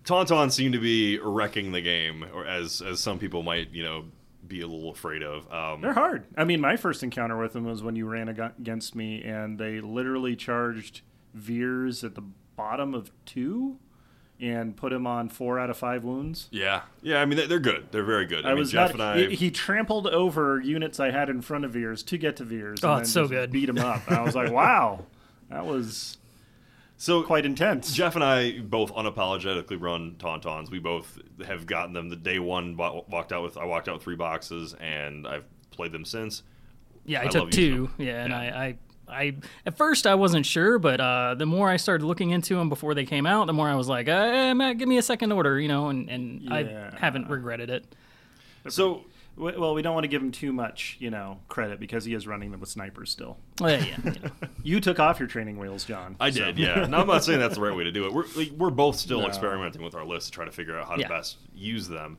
[SPEAKER 6] Tauntaun seem to be wrecking the game, or as as some people might, you know, be a little afraid of.
[SPEAKER 8] They're
[SPEAKER 6] Um,
[SPEAKER 8] hard. I mean, my first encounter with them was when you ran ag- against me, and they literally charged Veers at the bottom of two, and put him on four out of five wounds.
[SPEAKER 6] yeah, yeah. I mean, they- they're good. They're very good. I,
[SPEAKER 8] I
[SPEAKER 6] mean,
[SPEAKER 8] was
[SPEAKER 6] Jeff
[SPEAKER 8] not,
[SPEAKER 6] and I.
[SPEAKER 8] He, he trampled over units I had in front of Veers to get to Veers.
[SPEAKER 7] Oh,
[SPEAKER 8] and
[SPEAKER 7] it's
[SPEAKER 8] then
[SPEAKER 7] so
[SPEAKER 8] just
[SPEAKER 7] good.
[SPEAKER 8] Beat him up. And I was
[SPEAKER 7] *laughs*
[SPEAKER 8] like, wow, that was
[SPEAKER 6] so
[SPEAKER 8] quite intense.
[SPEAKER 6] Jeff and I both unapologetically run Tauntauns. We both have gotten them the day one. bo- Walked out with I walked out with three boxes, and I've played them since.
[SPEAKER 7] Yeah, I,
[SPEAKER 6] I
[SPEAKER 7] took
[SPEAKER 6] love you,
[SPEAKER 7] two. Yeah, and I, I, I, at first I wasn't sure, but uh, the more I started looking into them before they came out, the more I was like, uh, eh, Matt, give me a second order, you know, and, and
[SPEAKER 8] Yeah.
[SPEAKER 7] I haven't regretted it.
[SPEAKER 6] So
[SPEAKER 8] W- Well, we don't want to give him too much, you know, credit because he is running them with snipers still.
[SPEAKER 7] Well, yeah,
[SPEAKER 6] *laughs*
[SPEAKER 7] you know.
[SPEAKER 8] You took off your training wheels, John.
[SPEAKER 6] I did, yeah. Now I'm not saying that's the right way to do it. We're like, we're both still experimenting with our list to try to figure out how to
[SPEAKER 7] Yeah.
[SPEAKER 6] best use them.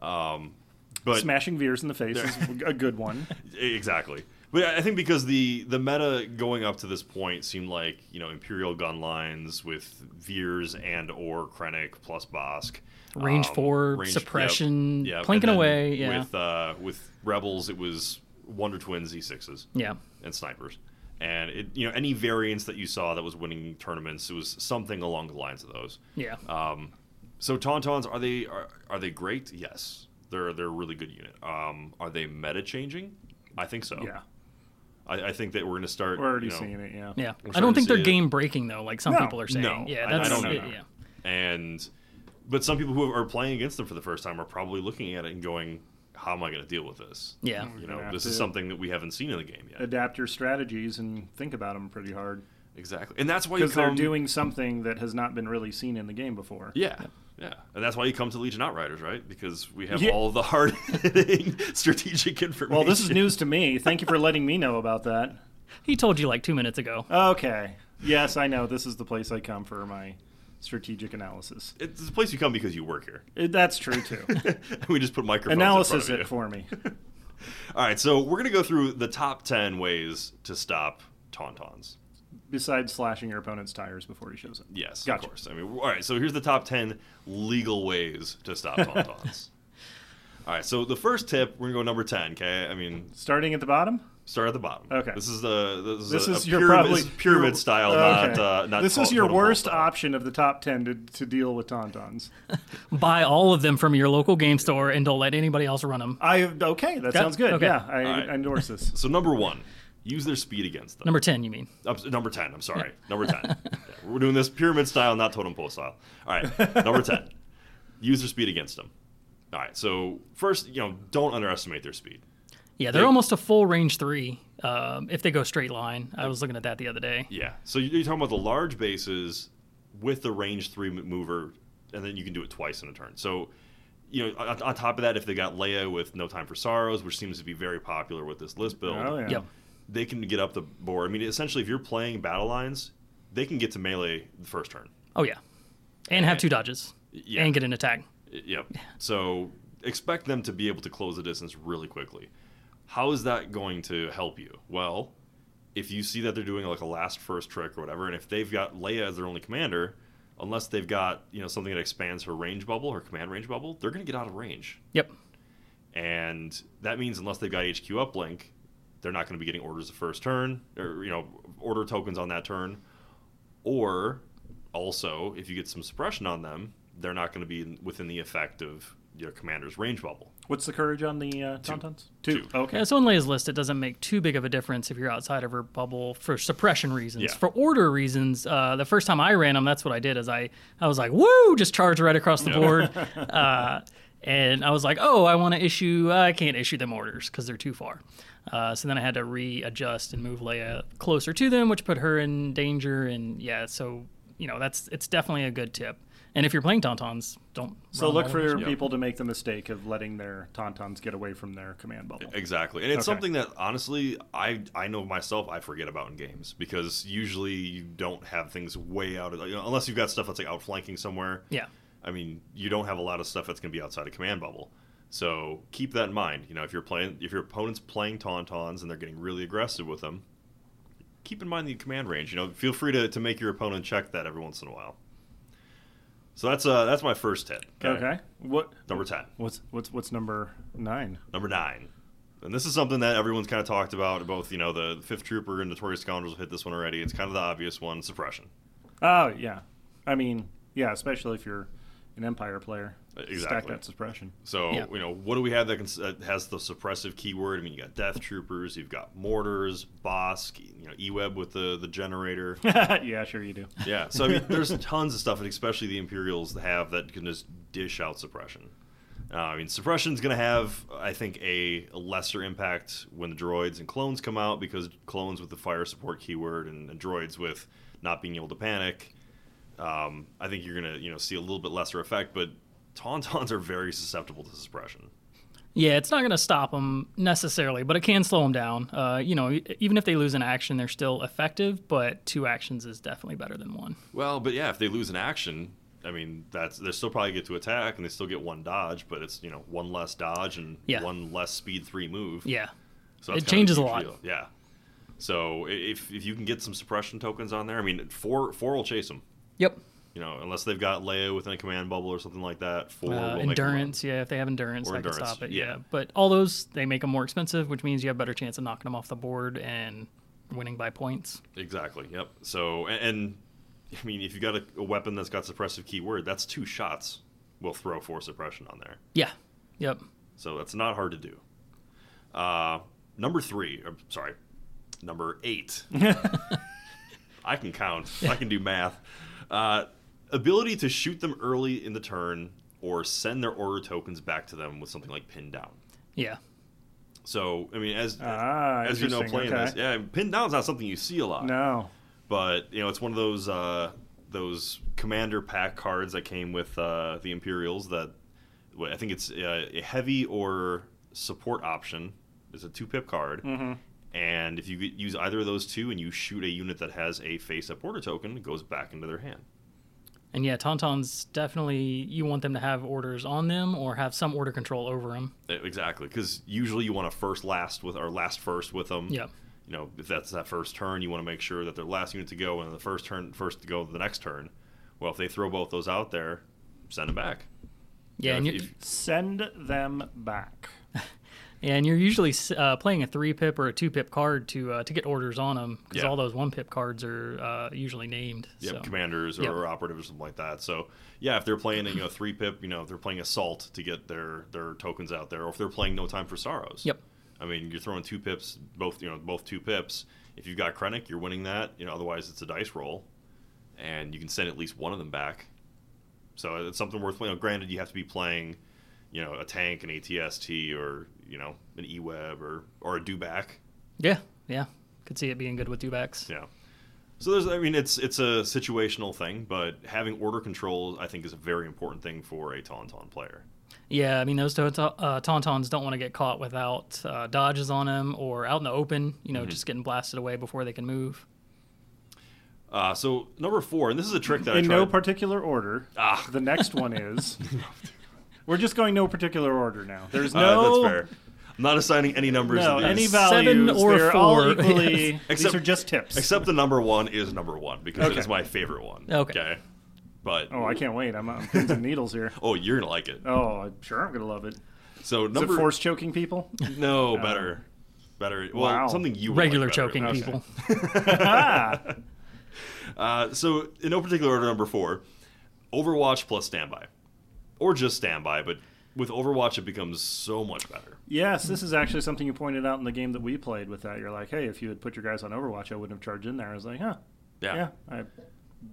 [SPEAKER 6] Um, but
[SPEAKER 8] Smashing Veers in the face is a
[SPEAKER 6] *laughs*
[SPEAKER 8] good one.
[SPEAKER 6] E, exactly. But I I think because the the meta going up to this point seemed like you know imperial gun lines with Veers and or Krennic plus Bosk.
[SPEAKER 7] Range four,
[SPEAKER 6] Um, yep,
[SPEAKER 7] suppression, plinking
[SPEAKER 6] and then
[SPEAKER 7] away, yeah.
[SPEAKER 6] With uh, with rebels, it was Wonder Twin Z sixes
[SPEAKER 7] yeah.
[SPEAKER 6] and snipers. And it, you know, any variance that you saw that was winning tournaments, it was something along the lines of those.
[SPEAKER 7] Yeah.
[SPEAKER 6] Um, so Tauntauns are they are, are they great? Yes, they're they're a really good unit. Um, are they meta changing? I think so.
[SPEAKER 8] Yeah.
[SPEAKER 6] I, I think that we're going to start.
[SPEAKER 8] We're already
[SPEAKER 6] you know,
[SPEAKER 8] seeing it, yeah.
[SPEAKER 6] I'm
[SPEAKER 7] yeah. I
[SPEAKER 6] starting
[SPEAKER 7] don't
[SPEAKER 6] to
[SPEAKER 7] think they're
[SPEAKER 6] see it.
[SPEAKER 7] game breaking though, like some
[SPEAKER 8] No,
[SPEAKER 7] people are saying.
[SPEAKER 6] no,
[SPEAKER 7] yeah,
[SPEAKER 6] I- I
[SPEAKER 7] that's
[SPEAKER 6] don't know.
[SPEAKER 7] yeah.
[SPEAKER 6] And but some people who are playing against them for the first time are probably looking at it and going, "How am I going to deal with this?
[SPEAKER 7] Yeah.
[SPEAKER 6] You know,
[SPEAKER 8] have
[SPEAKER 6] this
[SPEAKER 8] to-
[SPEAKER 6] is something that we haven't seen in the game yet.
[SPEAKER 8] Adapt your strategies and think about them pretty hard
[SPEAKER 6] Exactly. And that's why you
[SPEAKER 8] because they're
[SPEAKER 6] come
[SPEAKER 8] doing something that has not been really seen in the game before.
[SPEAKER 6] Yeah. Yeah. And that's why you come to Legion Outriders, right? Because we have
[SPEAKER 8] Yeah.
[SPEAKER 6] all the hard hitting *laughs* strategic information.
[SPEAKER 8] Well, this
[SPEAKER 6] *laughs*
[SPEAKER 8] is news to me. Thank you for letting me know about that.
[SPEAKER 7] He told you like two minutes ago.
[SPEAKER 8] Okay. Yes, I know. This is the place I come for my strategic analysis.
[SPEAKER 6] It's a place you come because you work here. *laughs*
[SPEAKER 8] Uh, That's true too.
[SPEAKER 6] we just put microphones
[SPEAKER 8] Analysis
[SPEAKER 6] in front
[SPEAKER 8] it
[SPEAKER 6] of *laughs*
[SPEAKER 8] for me.
[SPEAKER 6] you. All right, so we're going to go through the top 10 ways to stop Tauntauns.
[SPEAKER 8] Besides slashing your opponent's tires before he shows up.
[SPEAKER 6] Yes,
[SPEAKER 8] Gotcha.
[SPEAKER 6] of course. I mean, all right, so here's the top 10 legal ways to
[SPEAKER 8] *laughs*
[SPEAKER 6] stop Tauntauns. all right, so the first tip, we're going to go number 10, okay? I mean,
[SPEAKER 8] Starting at the bottom.
[SPEAKER 6] start at the bottom.
[SPEAKER 8] Okay.
[SPEAKER 6] This is the this is,
[SPEAKER 8] This
[SPEAKER 6] a,
[SPEAKER 8] is
[SPEAKER 6] a
[SPEAKER 8] your
[SPEAKER 6] pyramid,
[SPEAKER 8] probably
[SPEAKER 6] pyramid style,
[SPEAKER 8] Okay.
[SPEAKER 6] not uh, not
[SPEAKER 8] this
[SPEAKER 6] tot-
[SPEAKER 8] is your
[SPEAKER 6] totem pole
[SPEAKER 8] worst
[SPEAKER 6] style.
[SPEAKER 8] option of the top ten to, to deal with tauntauns.
[SPEAKER 7] Buy all of them from your local game store and don't let anybody else run them.
[SPEAKER 8] I
[SPEAKER 6] *laughs*
[SPEAKER 8] okay. That sounds good.
[SPEAKER 7] Okay.
[SPEAKER 8] Yeah, I,
[SPEAKER 6] right.
[SPEAKER 8] I
[SPEAKER 6] *laughs*
[SPEAKER 8] endorse this.
[SPEAKER 6] So number one, use their speed against them.
[SPEAKER 7] Number ten, you mean?
[SPEAKER 6] Uh, number ten. I'm sorry. Number ten. Yeah, we're doing this pyramid style, not totem pole style. All right. Number
[SPEAKER 8] *laughs*
[SPEAKER 6] ten. Use their speed against them. All right. So first, you know, don't underestimate their speed.
[SPEAKER 7] Yeah, they're
[SPEAKER 6] They-
[SPEAKER 7] almost a full range three um, if they go straight line. I was looking at that the other day.
[SPEAKER 6] Yeah. So you- you're talking about the large bases with the range three m- mover, and then you can do it twice in a turn. So. You know, on, on top of that, if they got Leia with No Time for Sorrows, which seems to be very popular with this list build,
[SPEAKER 8] Oh yeah.
[SPEAKER 7] Yep.
[SPEAKER 6] they can get up the board. I mean, essentially, if you're playing battle lines, they can get to melee the first turn.
[SPEAKER 7] Oh yeah, and have two dodges
[SPEAKER 6] Yeah.
[SPEAKER 7] and get an attack.
[SPEAKER 6] Y- Yep. So expect them to be able to close the distance really quickly. How is that going to help you? Well, if you see that they're doing like a last first trick or whatever, and if they've got Leia as their only commander, unless they've got you know something that expands her range bubble, her command range bubble, they're gonna get out of range,
[SPEAKER 7] Yep.
[SPEAKER 6] and that means unless they've got HQ uplink, they're not going to be getting orders the first turn or you know order tokens on that turn, or also if you get some suppression on them, they're not going to be in- within the effect of your commander's range bubble.
[SPEAKER 8] What's the courage on the uh, Tauntauns? Two.
[SPEAKER 6] Two.
[SPEAKER 8] Okay.
[SPEAKER 7] Yeah, so on Leia's list, it doesn't make too big of a difference if you're outside of her bubble for suppression reasons.
[SPEAKER 6] Yeah.
[SPEAKER 7] For order reasons, uh, the first time I ran them, that's what I did. Is I I was like, woo, just charge right across the board, uh, and I was like, oh, I want to issue. I can't issue them orders because they're too far. Uh, so then I had to readjust and move Leia closer to them, which put her in danger. And yeah, so you know that's it's definitely a good tip. And if you're playing Tauntauns, don't.
[SPEAKER 8] So
[SPEAKER 7] run
[SPEAKER 8] look
[SPEAKER 7] all
[SPEAKER 8] for
[SPEAKER 7] over them.
[SPEAKER 8] people to make the mistake of letting their Tauntauns get away from their command bubble.
[SPEAKER 6] Exactly, and it's
[SPEAKER 8] Okay.
[SPEAKER 6] something that honestly I I know myself I forget about in games because usually you don't have things way out of you know, unless you've got stuff that's like outflanking somewhere.
[SPEAKER 7] Yeah.
[SPEAKER 6] I mean, you don't have a lot of stuff that's going to be outside of command bubble. So keep that in mind. You know, if you're playing, if your opponent's playing Tauntauns and they're getting really aggressive with them, keep in mind the command range. You know, feel free to, to make your opponent check that every once in a while. So that's uh that's my first tip.
[SPEAKER 8] Okay. What?
[SPEAKER 6] Number ten.
[SPEAKER 8] What's what's what's number nine?
[SPEAKER 6] Number nine. And this is something that everyone's kind of talked about. Both, you know, the Fifth Trooper and Notorious Scoundrels hit this one already. It's kind of the obvious one suppression.
[SPEAKER 8] Oh yeah. I mean, yeah, especially if you're an Empire player. Stack
[SPEAKER 6] Exactly. *laughs*
[SPEAKER 8] that suppression.
[SPEAKER 6] So,
[SPEAKER 7] Yeah.
[SPEAKER 6] you know, what do we have that, can, that has the suppressive keyword? I mean, you got Death Troopers, you've got Mortars, Bosk, you know, Eweb with the, the generator.
[SPEAKER 8] yeah, sure you do.
[SPEAKER 6] yeah. So, I mean, there's tons of stuff, and especially the Imperials have that can just dish out suppression. Uh, I mean, suppression's going to have, I think, a, a lesser impact when the droids and clones come out because clones with the fire support keyword and, and droids with not being able to panic. Um, I think you're going to, you know, see a little bit lesser effect, but Tauntauns are very susceptible to suppression.
[SPEAKER 7] Yeah, it's not going to stop them necessarily, but it can slow them down. Uh, you know, e- even if they lose an action, they're still effective, but two actions is definitely better than one.
[SPEAKER 6] Well, but yeah, if they lose an action, I mean, that's they still probably get to attack and they still get one dodge, but it's you know one less dodge and
[SPEAKER 7] Yeah.
[SPEAKER 6] one less speed three move.
[SPEAKER 7] Yeah.
[SPEAKER 6] so
[SPEAKER 7] it
[SPEAKER 6] that's kind of
[SPEAKER 7] changes a
[SPEAKER 6] huge
[SPEAKER 7] lot.
[SPEAKER 6] deal. Yeah. So i- if if you can get some suppression tokens on there, I mean, four four will chase them.
[SPEAKER 7] Yep.
[SPEAKER 6] You know, unless they've got Leia within a command bubble or something like that. Four
[SPEAKER 7] Uh,
[SPEAKER 6] will make 'em run.
[SPEAKER 7] endurance, yeah. If they have endurance,
[SPEAKER 6] Or
[SPEAKER 7] that can
[SPEAKER 6] endurance,
[SPEAKER 7] stop it.
[SPEAKER 6] yeah.
[SPEAKER 7] Yeah. But all those, they make them more expensive, which means you have better chance of knocking them off the board and winning by points.
[SPEAKER 6] Exactly. Yep. So and, and I mean, if you got a, a weapon that's got suppressive keyword, that's two shots. We'll throw four suppression on there.
[SPEAKER 7] Yeah. Yep.
[SPEAKER 6] So that's not hard to do. Uh, number three, or, sorry, number
[SPEAKER 8] *laughs*
[SPEAKER 6] eight. I can count. I can do math. Uh, ability to shoot them early in the turn or send their order tokens back to them with something like pin down.
[SPEAKER 7] Yeah.
[SPEAKER 6] So I mean, as
[SPEAKER 8] Ah,
[SPEAKER 6] as you know,
[SPEAKER 8] interesting.
[SPEAKER 6] playing
[SPEAKER 8] Okay.
[SPEAKER 6] this, yeah, pin down's not something you see a lot
[SPEAKER 8] No.
[SPEAKER 6] but you know it's one of those uh, those commander pack cards that came with uh, the Imperials that well, I think it's uh, a heavy or support option. It's a two pip card, and if you get- use either of those two and you shoot a unit that has a face up order token, it goes back into their hand.
[SPEAKER 7] And yeah, Tauntauns definitely, you want them to have orders on them or have some order control over them.
[SPEAKER 6] Uh, Exactly, because usually you want to first last with or last first with them.
[SPEAKER 7] Yep.
[SPEAKER 6] You know, if that's that first turn, you want to make sure that their last unit to go and the first turn first to go the next turn. Well, if they throw both those out there, send them back.
[SPEAKER 7] Yeah. and
[SPEAKER 6] if-
[SPEAKER 7] you,
[SPEAKER 6] if-
[SPEAKER 8] Send them back.
[SPEAKER 7] Yeah, and you're usually uh, playing a three pip or a two pip card to uh, to get orders on them because
[SPEAKER 6] Yeah.
[SPEAKER 7] all those one pip cards are uh, usually named.
[SPEAKER 6] Yep,
[SPEAKER 7] so.
[SPEAKER 6] commanders or,
[SPEAKER 7] Yep.
[SPEAKER 6] operatives or something like that. So yeah, if they're playing you know three pip, you know if they're playing assault to get their their tokens out there, or if they're playing no time for sorrows.
[SPEAKER 7] Yep.
[SPEAKER 6] I mean, you're throwing two pips, both you know both two pips. If you've got Krennic, you're winning that. You know, otherwise it's a dice roll, and you can send at least one of them back. So it's something worth playing. Granted, you have to be playing, you know, a tank, an ATST, or you know, an E-Web or or a Dewback.
[SPEAKER 7] Yeah, yeah, could see it being good with Dubacks.
[SPEAKER 6] Yeah. So there's, I mean, it's it's a situational thing, but having order controls, I think, is a very important thing for a Tauntaun player.
[SPEAKER 7] Yeah, I mean those taunt- uh, Tauntauns don't want to get caught without uh, dodges on them or out in the open. You know,
[SPEAKER 6] Mm-hmm.
[SPEAKER 7] just getting blasted away before they can move.
[SPEAKER 6] Uh, so number four, and this is a trick that I
[SPEAKER 8] In
[SPEAKER 6] tried. Ah.
[SPEAKER 8] no particular order.
[SPEAKER 6] *laughs*
[SPEAKER 8] The next one is. We're just going no particular order now. There's
[SPEAKER 6] Uh,
[SPEAKER 8] no.
[SPEAKER 6] that's fair. I'm not assigning any numbers.
[SPEAKER 8] No,
[SPEAKER 6] to these.
[SPEAKER 8] any values.
[SPEAKER 7] Seven or
[SPEAKER 8] they're all
[SPEAKER 7] four,
[SPEAKER 8] equally.
[SPEAKER 7] yes.
[SPEAKER 8] These
[SPEAKER 6] Except-
[SPEAKER 8] are just tips.
[SPEAKER 6] Except the number one is number one because it
[SPEAKER 8] Okay.
[SPEAKER 6] is my favorite one.
[SPEAKER 7] Okay.
[SPEAKER 6] But
[SPEAKER 8] oh, I can't wait. I'm on pins and needles here.
[SPEAKER 6] oh, you're gonna like it.
[SPEAKER 8] Oh, I'm sure I'm gonna love it. Is
[SPEAKER 6] So number
[SPEAKER 8] it force choking people?
[SPEAKER 6] *laughs* no better, better. Well,
[SPEAKER 8] Wow.
[SPEAKER 6] something you would like
[SPEAKER 7] Regular
[SPEAKER 6] better.
[SPEAKER 7] choking
[SPEAKER 6] Okay.
[SPEAKER 7] people.
[SPEAKER 8] Ah,
[SPEAKER 6] Uh, so in no particular order, number four, Overwatch plus standby, or just standby. But with Overwatch, it becomes so much better.
[SPEAKER 8] Yes, this is actually something you pointed out in the game that we played with that. You're like, hey, if you had put your guys on Overwatch, I wouldn't have charged in there. I was like, huh.
[SPEAKER 6] Yeah.
[SPEAKER 8] I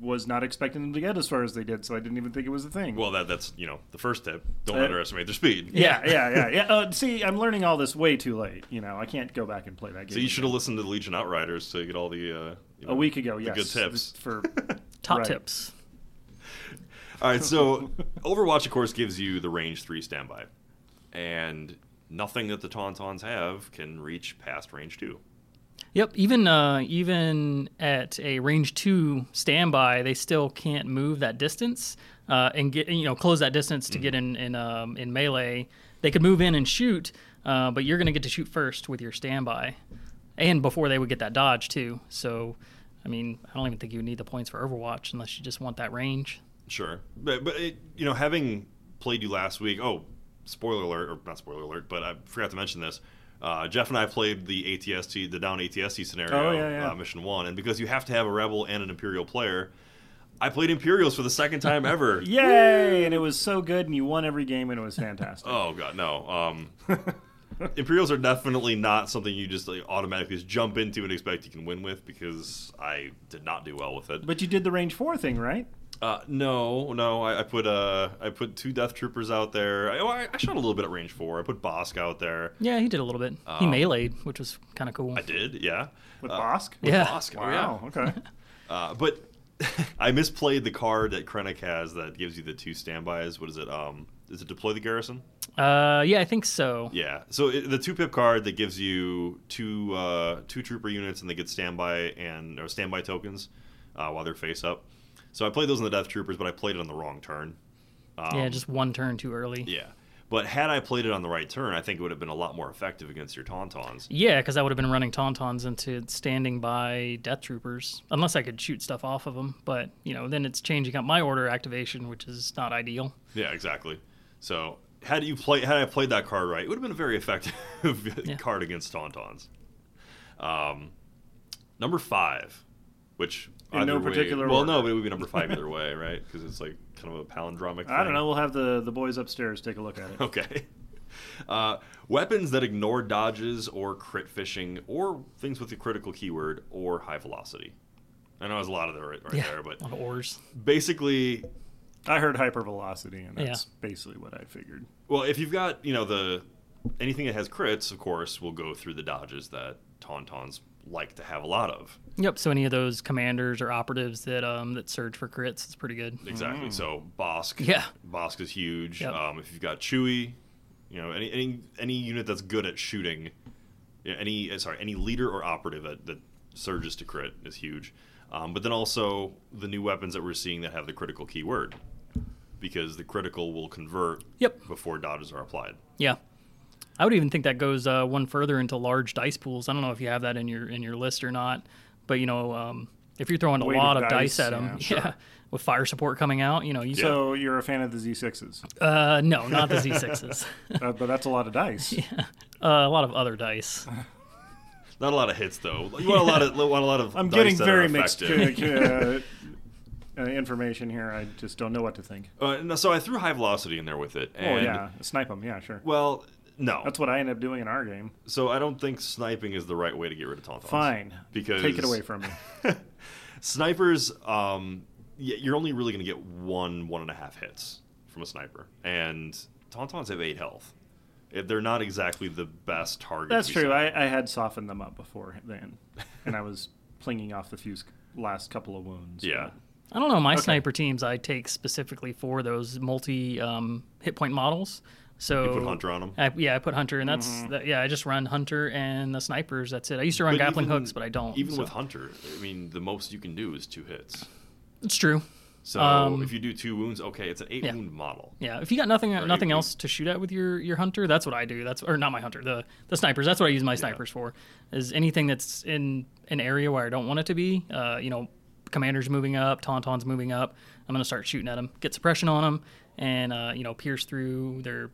[SPEAKER 8] was not expecting them to get as far as they did, so I didn't even think it was a thing.
[SPEAKER 6] Well, that that's you know the first tip. Don't
[SPEAKER 8] Uh,
[SPEAKER 6] underestimate their speed.
[SPEAKER 8] yeah, yeah, yeah. yeah. Uh, see, I'm learning all this way too late. You know, I can't go back and play that game.
[SPEAKER 6] So you
[SPEAKER 8] again.
[SPEAKER 6] should have listened to the Legion Outriders to get all the uh, you know,
[SPEAKER 8] A week ago,
[SPEAKER 6] the
[SPEAKER 8] yes.
[SPEAKER 6] good tips. *laughs*
[SPEAKER 8] For
[SPEAKER 7] Top
[SPEAKER 8] Right.
[SPEAKER 7] tips.
[SPEAKER 6] All right,
[SPEAKER 8] *laughs*
[SPEAKER 6] so Overwatch, of course, gives you the range three standby, and nothing that the Tauntauns have can reach past range two.
[SPEAKER 7] Yep. Even uh, even at a range two standby, they still can't move that distance uh, and get you know close that distance to get in in um, in melee. They could move in and shoot, uh, but you're going to get to shoot first with your standby, and before they would get that dodge too. So, I mean, I don't even think you would need the points for Overwatch unless you just want that range.
[SPEAKER 6] Sure, but but it, you know, having played you last week. Oh, spoiler alert, or not spoiler alert, but I forgot to mention this. Uh, Jeff and I played the ATST, the down ATST scenario,
[SPEAKER 8] Oh, yeah, yeah.
[SPEAKER 6] Uh, mission one, and because you have to have a rebel and an imperial player, I played Imperials for the second
[SPEAKER 8] *laughs*
[SPEAKER 6] time ever.
[SPEAKER 8] Yay! And it was so good, and you won every
[SPEAKER 6] *laughs*
[SPEAKER 8] game, and it was fantastic.
[SPEAKER 6] Oh god, no.
[SPEAKER 8] *laughs*
[SPEAKER 6] Um, Imperials are definitely not something you just like, automatically just jump into and expect you can win with because I did not do well with it.
[SPEAKER 8] But you did the range four thing, right?
[SPEAKER 6] Uh, no, no, I, I put uh, I put two Death Troopers out there. I, oh, I, I shot a little bit at range four. I put Bosk out *laughs* there.
[SPEAKER 7] Yeah, he did a little bit. he meleeed, which was kind of cool.
[SPEAKER 6] I did, yeah.
[SPEAKER 8] With
[SPEAKER 6] Uh,
[SPEAKER 8] Bosk?
[SPEAKER 7] yeah.
[SPEAKER 6] Bosk, oh, yeah.
[SPEAKER 8] Wow,
[SPEAKER 6] *laughs*
[SPEAKER 8] okay.
[SPEAKER 6] Uh, but *laughs* I misplayed the card that Krennic has that gives you the two standbys. What is it? Um, is it deploy the garrison?
[SPEAKER 7] Uh, yeah, I think so.
[SPEAKER 6] Yeah. So it, the two pip card that gives you two uh, two trooper units and they get standby and or standby tokens uh, while they're face up. So I played those in the death troopers, but I played it on the wrong turn.
[SPEAKER 7] yeah, just one turn too early.
[SPEAKER 6] Yeah. But had I played it on the right turn, I think it would have been a lot more effective against your tauntauns.
[SPEAKER 7] Yeah, because I would have been running tauntauns into standing by death troopers, unless I could shoot stuff off of them. But you know, then it's changing up my order activation, which is not ideal.
[SPEAKER 6] Yeah, exactly. So had you play had I played that card right, it would have been a very effective *laughs* card against tauntauns. Um, number five, which
[SPEAKER 8] In no
[SPEAKER 6] either way-
[SPEAKER 8] particular
[SPEAKER 6] Well,
[SPEAKER 8] order.
[SPEAKER 6] no, but it would be number five either way, right? Because it's like kind of a palindromic.
[SPEAKER 8] I don't
[SPEAKER 6] thing.
[SPEAKER 8] know. We'll have the, the boys upstairs take a look at it.
[SPEAKER 6] *laughs* Okay. *laughs* Uh, weapons that ignore dodges or crit fishing or things with the critical keyword or high velocity. I know there's a lot of that right, right
[SPEAKER 7] yeah,
[SPEAKER 6] there, but
[SPEAKER 7] on oars.
[SPEAKER 6] basically,
[SPEAKER 8] I heard hypervelocity, and that's
[SPEAKER 7] Yeah.
[SPEAKER 8] basically what I figured.
[SPEAKER 6] well, if you've got you know the anything that has crits, of course, will go through the dodges that Tauntauns like to have a lot of.
[SPEAKER 7] Yep. So any of those commanders or operatives that um that surge for crits, it's pretty good.
[SPEAKER 6] Exactly. So Bosk,
[SPEAKER 7] Yeah.
[SPEAKER 6] Bosk is huge.
[SPEAKER 7] Yep.
[SPEAKER 6] Um, if you've got Chewy, you know any any any unit that's good at shooting, yeah, any uh, sorry any leader or operative that, that surges to crit is huge. Um, but then also the new weapons that we're seeing that have the critical keyword, because the critical will convert
[SPEAKER 7] Yep.
[SPEAKER 6] before dodges are applied.
[SPEAKER 7] Yeah. I would even think that goes uh, one further into large dice pools. I don't know if you have that in your in your list or not, but you know, um, if you're throwing a
[SPEAKER 8] Weight
[SPEAKER 7] lot
[SPEAKER 8] of
[SPEAKER 7] of dice,
[SPEAKER 8] dice,
[SPEAKER 7] at *laughs* them,
[SPEAKER 8] yeah, sure.
[SPEAKER 7] with fire support coming out, you know, you yeah.
[SPEAKER 8] So you're a fan of the Z6s,
[SPEAKER 7] uh, no, not the Z6s,
[SPEAKER 8] uh, but that's a lot of dice.
[SPEAKER 7] uh, a lot of other dice.
[SPEAKER 6] Not a lot of hits though. You want a
[SPEAKER 8] *laughs*
[SPEAKER 6] lot of want a lot of.
[SPEAKER 8] I'm
[SPEAKER 6] dice
[SPEAKER 8] getting
[SPEAKER 6] that
[SPEAKER 8] very
[SPEAKER 6] are
[SPEAKER 8] mixed
[SPEAKER 6] effective. *laughs*
[SPEAKER 8] uh, uh, information here. I just don't know what to think.
[SPEAKER 6] Uh, no, so I threw high velocity in there with it.
[SPEAKER 8] Oh
[SPEAKER 6] And,
[SPEAKER 8] yeah, snipe them. Yeah, sure.
[SPEAKER 6] Well, no.
[SPEAKER 8] That's what I end up doing in our game.
[SPEAKER 6] So I don't think sniping is the right way to get rid of Tauntauns.
[SPEAKER 8] Fine,
[SPEAKER 6] Because
[SPEAKER 8] take it
[SPEAKER 6] *laughs*
[SPEAKER 8] away from me.
[SPEAKER 6] snipers. Um, y- you're only really going to get one, one and a half hits from a sniper, and Tauntauns have eight health. Eh, They're not exactly the best target.
[SPEAKER 8] That's
[SPEAKER 6] to be
[SPEAKER 8] true.
[SPEAKER 6] sniped.
[SPEAKER 8] I, I had softened them up before then, and I was plinging off the few sc- last couple of wounds.
[SPEAKER 6] yeah.
[SPEAKER 7] I don't know. My sniper teams I take specifically for those multi um, hit point models. So
[SPEAKER 6] put Hunter on 'em? Mm-hmm.
[SPEAKER 7] I, yeah, I put Hunter, and that's that, yeah. I just run Hunter and the snipers. That's it. I used to run
[SPEAKER 6] But
[SPEAKER 7] grappling
[SPEAKER 6] even-
[SPEAKER 7] hooks, but I don't.
[SPEAKER 6] Even
[SPEAKER 7] so.
[SPEAKER 6] with Hunter, I mean, the most you can do is two hits.
[SPEAKER 7] it's true.
[SPEAKER 6] So
[SPEAKER 8] Um,
[SPEAKER 6] if you do two wounds, okay, it's an eight
[SPEAKER 7] yeah.
[SPEAKER 6] wound model.
[SPEAKER 7] Yeah, if you got nothing nothing
[SPEAKER 6] we-
[SPEAKER 7] else to shoot at with your, your hunter, that's what I do. That's or not my hunter, the the snipers. That's what I use my snipers for. Is anything that's in an area where I don't want it to be. Uh, you know, commander's moving up, tauntaun's moving up. I'm gonna start shooting at them, get suppression on them, and uh, you know pierce through their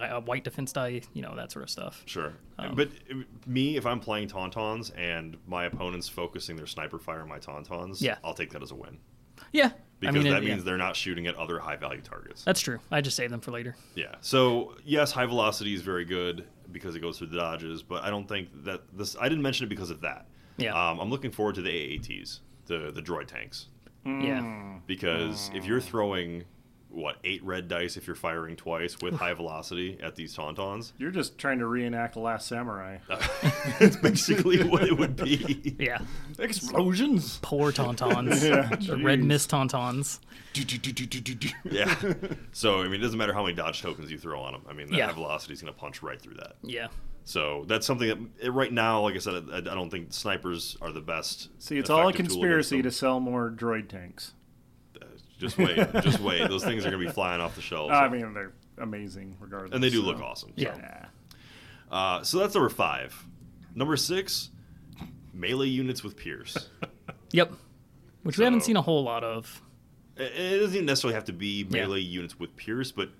[SPEAKER 7] uh, white defense die. You know that sort of stuff.
[SPEAKER 6] Sure.
[SPEAKER 7] Oh.
[SPEAKER 6] but uh, me, if I'm playing Tauntauns and my opponent's focusing their sniper fire on my Tauntauns,
[SPEAKER 7] Yeah.
[SPEAKER 6] I'll take that as a win.
[SPEAKER 7] Yeah,
[SPEAKER 6] Because
[SPEAKER 7] I mean
[SPEAKER 6] that
[SPEAKER 7] it- yeah.
[SPEAKER 6] means they're not shooting at other high value targets.
[SPEAKER 7] that's true. I just save them for later.
[SPEAKER 6] Yeah. So yes, high velocity is very good because it goes through the dodges, but I don't think that this. I didn't mention it because of that.
[SPEAKER 7] Yeah.
[SPEAKER 6] Um, I'm looking forward to the AATs, the the droid tanks,
[SPEAKER 7] Yeah,
[SPEAKER 6] Mm. because if you're throwing what eight red dice if you're firing twice with high velocity at these
[SPEAKER 7] *laughs*
[SPEAKER 6] tauntauns,
[SPEAKER 8] You're just trying to reenact The Last Samurai.
[SPEAKER 6] that's basically what it would be.
[SPEAKER 7] yeah.
[SPEAKER 8] Explosions.
[SPEAKER 6] *laughs*
[SPEAKER 7] Poor tauntauns, The red mist tauntauns.
[SPEAKER 6] Yeah. So I mean, it doesn't matter how many dodge tokens you throw on them. I mean, the
[SPEAKER 7] Yeah.
[SPEAKER 6] high velocity is going to punch right through that.
[SPEAKER 7] Yeah,
[SPEAKER 6] So that's something that eh, right now, like I said, I, I don't think snipers are the best.
[SPEAKER 8] See, it's all a
[SPEAKER 6] effective tool against
[SPEAKER 8] conspiracy
[SPEAKER 6] them.
[SPEAKER 8] to sell more droid tanks.
[SPEAKER 6] Just
[SPEAKER 8] *laughs*
[SPEAKER 6] wait, just wait. Those things are gonna be flying off the shelves,
[SPEAKER 8] I mean, they're amazing regardless.
[SPEAKER 6] and they do
[SPEAKER 8] so-
[SPEAKER 6] look awesome. so.
[SPEAKER 7] yeah.
[SPEAKER 6] Uh, so that's number five. Number six, melee units with pierce. *laughs*
[SPEAKER 7] Yep. Which we haven't
[SPEAKER 6] So-
[SPEAKER 7] seen a whole lot of.
[SPEAKER 6] it it doesn't even necessarily have to be melee units with pierce, but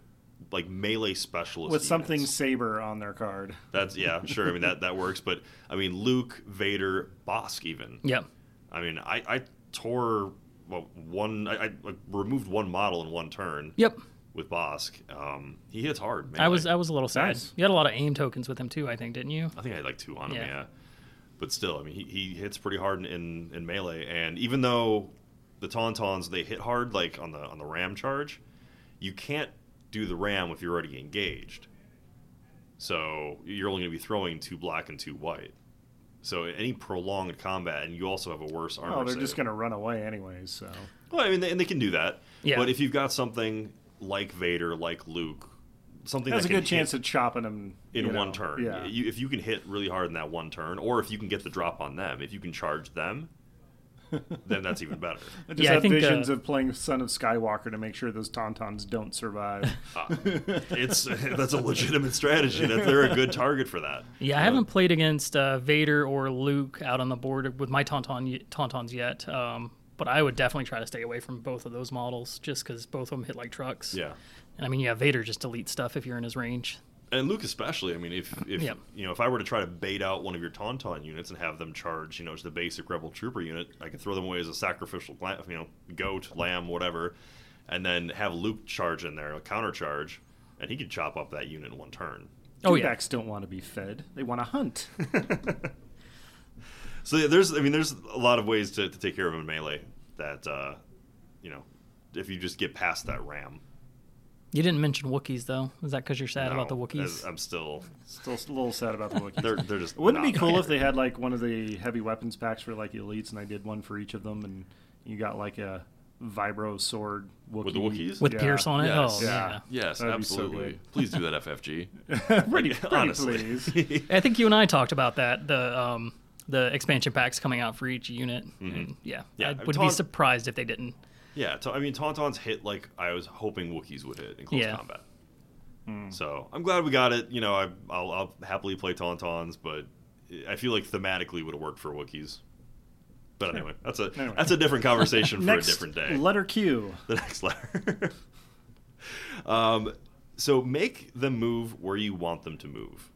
[SPEAKER 6] like melee specialists
[SPEAKER 8] With something
[SPEAKER 6] Units.
[SPEAKER 8] saber on their card. Oh,
[SPEAKER 6] That's yeah, sure. I mean that that works, but I mean Luke, Vader, Bosk, even.
[SPEAKER 7] Yep.
[SPEAKER 6] I mean I I tore well, one. I, I like, removed one model in one turn.
[SPEAKER 7] Yep.
[SPEAKER 6] With Bosk, um, he hits hard. Man.
[SPEAKER 7] I was I was a little sad.
[SPEAKER 8] Nice.
[SPEAKER 7] You had a lot of aim tokens with him too, I think, didn't you?
[SPEAKER 6] I think I had like two on him, yeah.
[SPEAKER 7] Yeah.
[SPEAKER 6] But still, I mean, he, he hits pretty hard in, in, in melee, and even though the Tauntauns they hit hard like on the on the ram charge, you can't do the ram if you're already engaged. So you're only going to be throwing two black and two white. So any prolonged combat, and you also have a worse armor.
[SPEAKER 8] Oh, they're just
[SPEAKER 6] save.
[SPEAKER 8] going to run away anyways, so.
[SPEAKER 6] Well, I mean, they, and they can do that.
[SPEAKER 7] Yeah.
[SPEAKER 6] But if you've got something like Vader, like Luke, something
[SPEAKER 8] That's a
[SPEAKER 6] that
[SPEAKER 8] good
[SPEAKER 6] can hit-
[SPEAKER 8] chance of chopping them
[SPEAKER 6] in
[SPEAKER 8] you
[SPEAKER 6] one
[SPEAKER 8] know,
[SPEAKER 6] turn.
[SPEAKER 8] Yeah.
[SPEAKER 6] You, if you can hit really hard in that one turn, or if you can get the drop on them, if you can charge
[SPEAKER 8] *laughs*
[SPEAKER 6] them, then that's even better.
[SPEAKER 8] I just
[SPEAKER 7] Yeah, I
[SPEAKER 8] have
[SPEAKER 7] think,
[SPEAKER 8] visions
[SPEAKER 7] uh,
[SPEAKER 8] of playing Son of Skywalker to make sure those Tauntauns don't survive.
[SPEAKER 6] It's *laughs* that's a legitimate strategy. That they're a good target for that.
[SPEAKER 7] Yeah, I haven't played against uh, Vader or Luke out on the board with my Tauntaun y- Tauntauns yet. Um, but I would definitely try to stay away from both of those models just because both of them hit like trucks.
[SPEAKER 6] Yeah,
[SPEAKER 7] And I mean, yeah, Vader just deletes stuff if you're in his range.
[SPEAKER 6] and Luke especially. I mean, if if
[SPEAKER 7] Uh, Yeah.
[SPEAKER 6] you know if I were to try to bait out one of your Tauntaun units and have them charge, you know, just the basic Rebel Trooper unit, I could throw them away as a sacrificial, gla- you know, goat, lamb, whatever, and then have Luke charge in there, a counter charge, and he could chop up that unit in one turn.
[SPEAKER 7] *laughs* Oh yeah,
[SPEAKER 8] Dewbacks don't want to be fed. They want to hunt.
[SPEAKER 6] So yeah, there's, I mean, there's a lot of ways to, to take care of a melee that, uh, you know, if you just get past that ram.
[SPEAKER 7] you didn't mention Wookiees though. Is that because you're sad about the
[SPEAKER 6] No,
[SPEAKER 7] Wookiees?
[SPEAKER 6] as- uh, I'm still,
[SPEAKER 8] Still a little sad about the Wookiees.
[SPEAKER 6] they're, they're just.
[SPEAKER 8] *laughs* Wouldn't it
[SPEAKER 6] not
[SPEAKER 8] be cool
[SPEAKER 6] there.
[SPEAKER 8] if they had like one of the heavy weapons packs for like elites, and I did one for each of them, and you got like a vibro sword Wookiee.
[SPEAKER 6] With the Wookiees?
[SPEAKER 7] with
[SPEAKER 8] yeah.
[SPEAKER 7] Pierce on it.
[SPEAKER 6] Yes.
[SPEAKER 7] Oh
[SPEAKER 8] Yeah.
[SPEAKER 7] yeah.
[SPEAKER 6] Yes,
[SPEAKER 8] That'd be so
[SPEAKER 6] absolutely.
[SPEAKER 8] good.
[SPEAKER 6] Please do that, FFG.
[SPEAKER 8] pretty, pretty
[SPEAKER 6] *laughs* Honestly.
[SPEAKER 8] please.
[SPEAKER 7] I think you and I talked about that. The um, the expansion packs coming out for each unit. And yeah,
[SPEAKER 6] Mm-hmm. Yeah,
[SPEAKER 7] I
[SPEAKER 6] I'm
[SPEAKER 7] would be
[SPEAKER 6] talking-
[SPEAKER 7] surprised if they didn't.
[SPEAKER 6] Yeah, ta- I mean, Tauntauns hit like I was hoping Wookiees would hit in close
[SPEAKER 7] Yeah.
[SPEAKER 6] combat. So I'm glad we got it. You know, I, I'll, I'll happily play Tauntauns, but I feel like thematically would have worked for Wookiees. But anyway, that's a
[SPEAKER 8] Anyway.
[SPEAKER 6] that's a different conversation for
[SPEAKER 8] Next
[SPEAKER 6] a different day.
[SPEAKER 8] letter Q.
[SPEAKER 6] the next letter. *laughs* um, so make them move where you want them to move.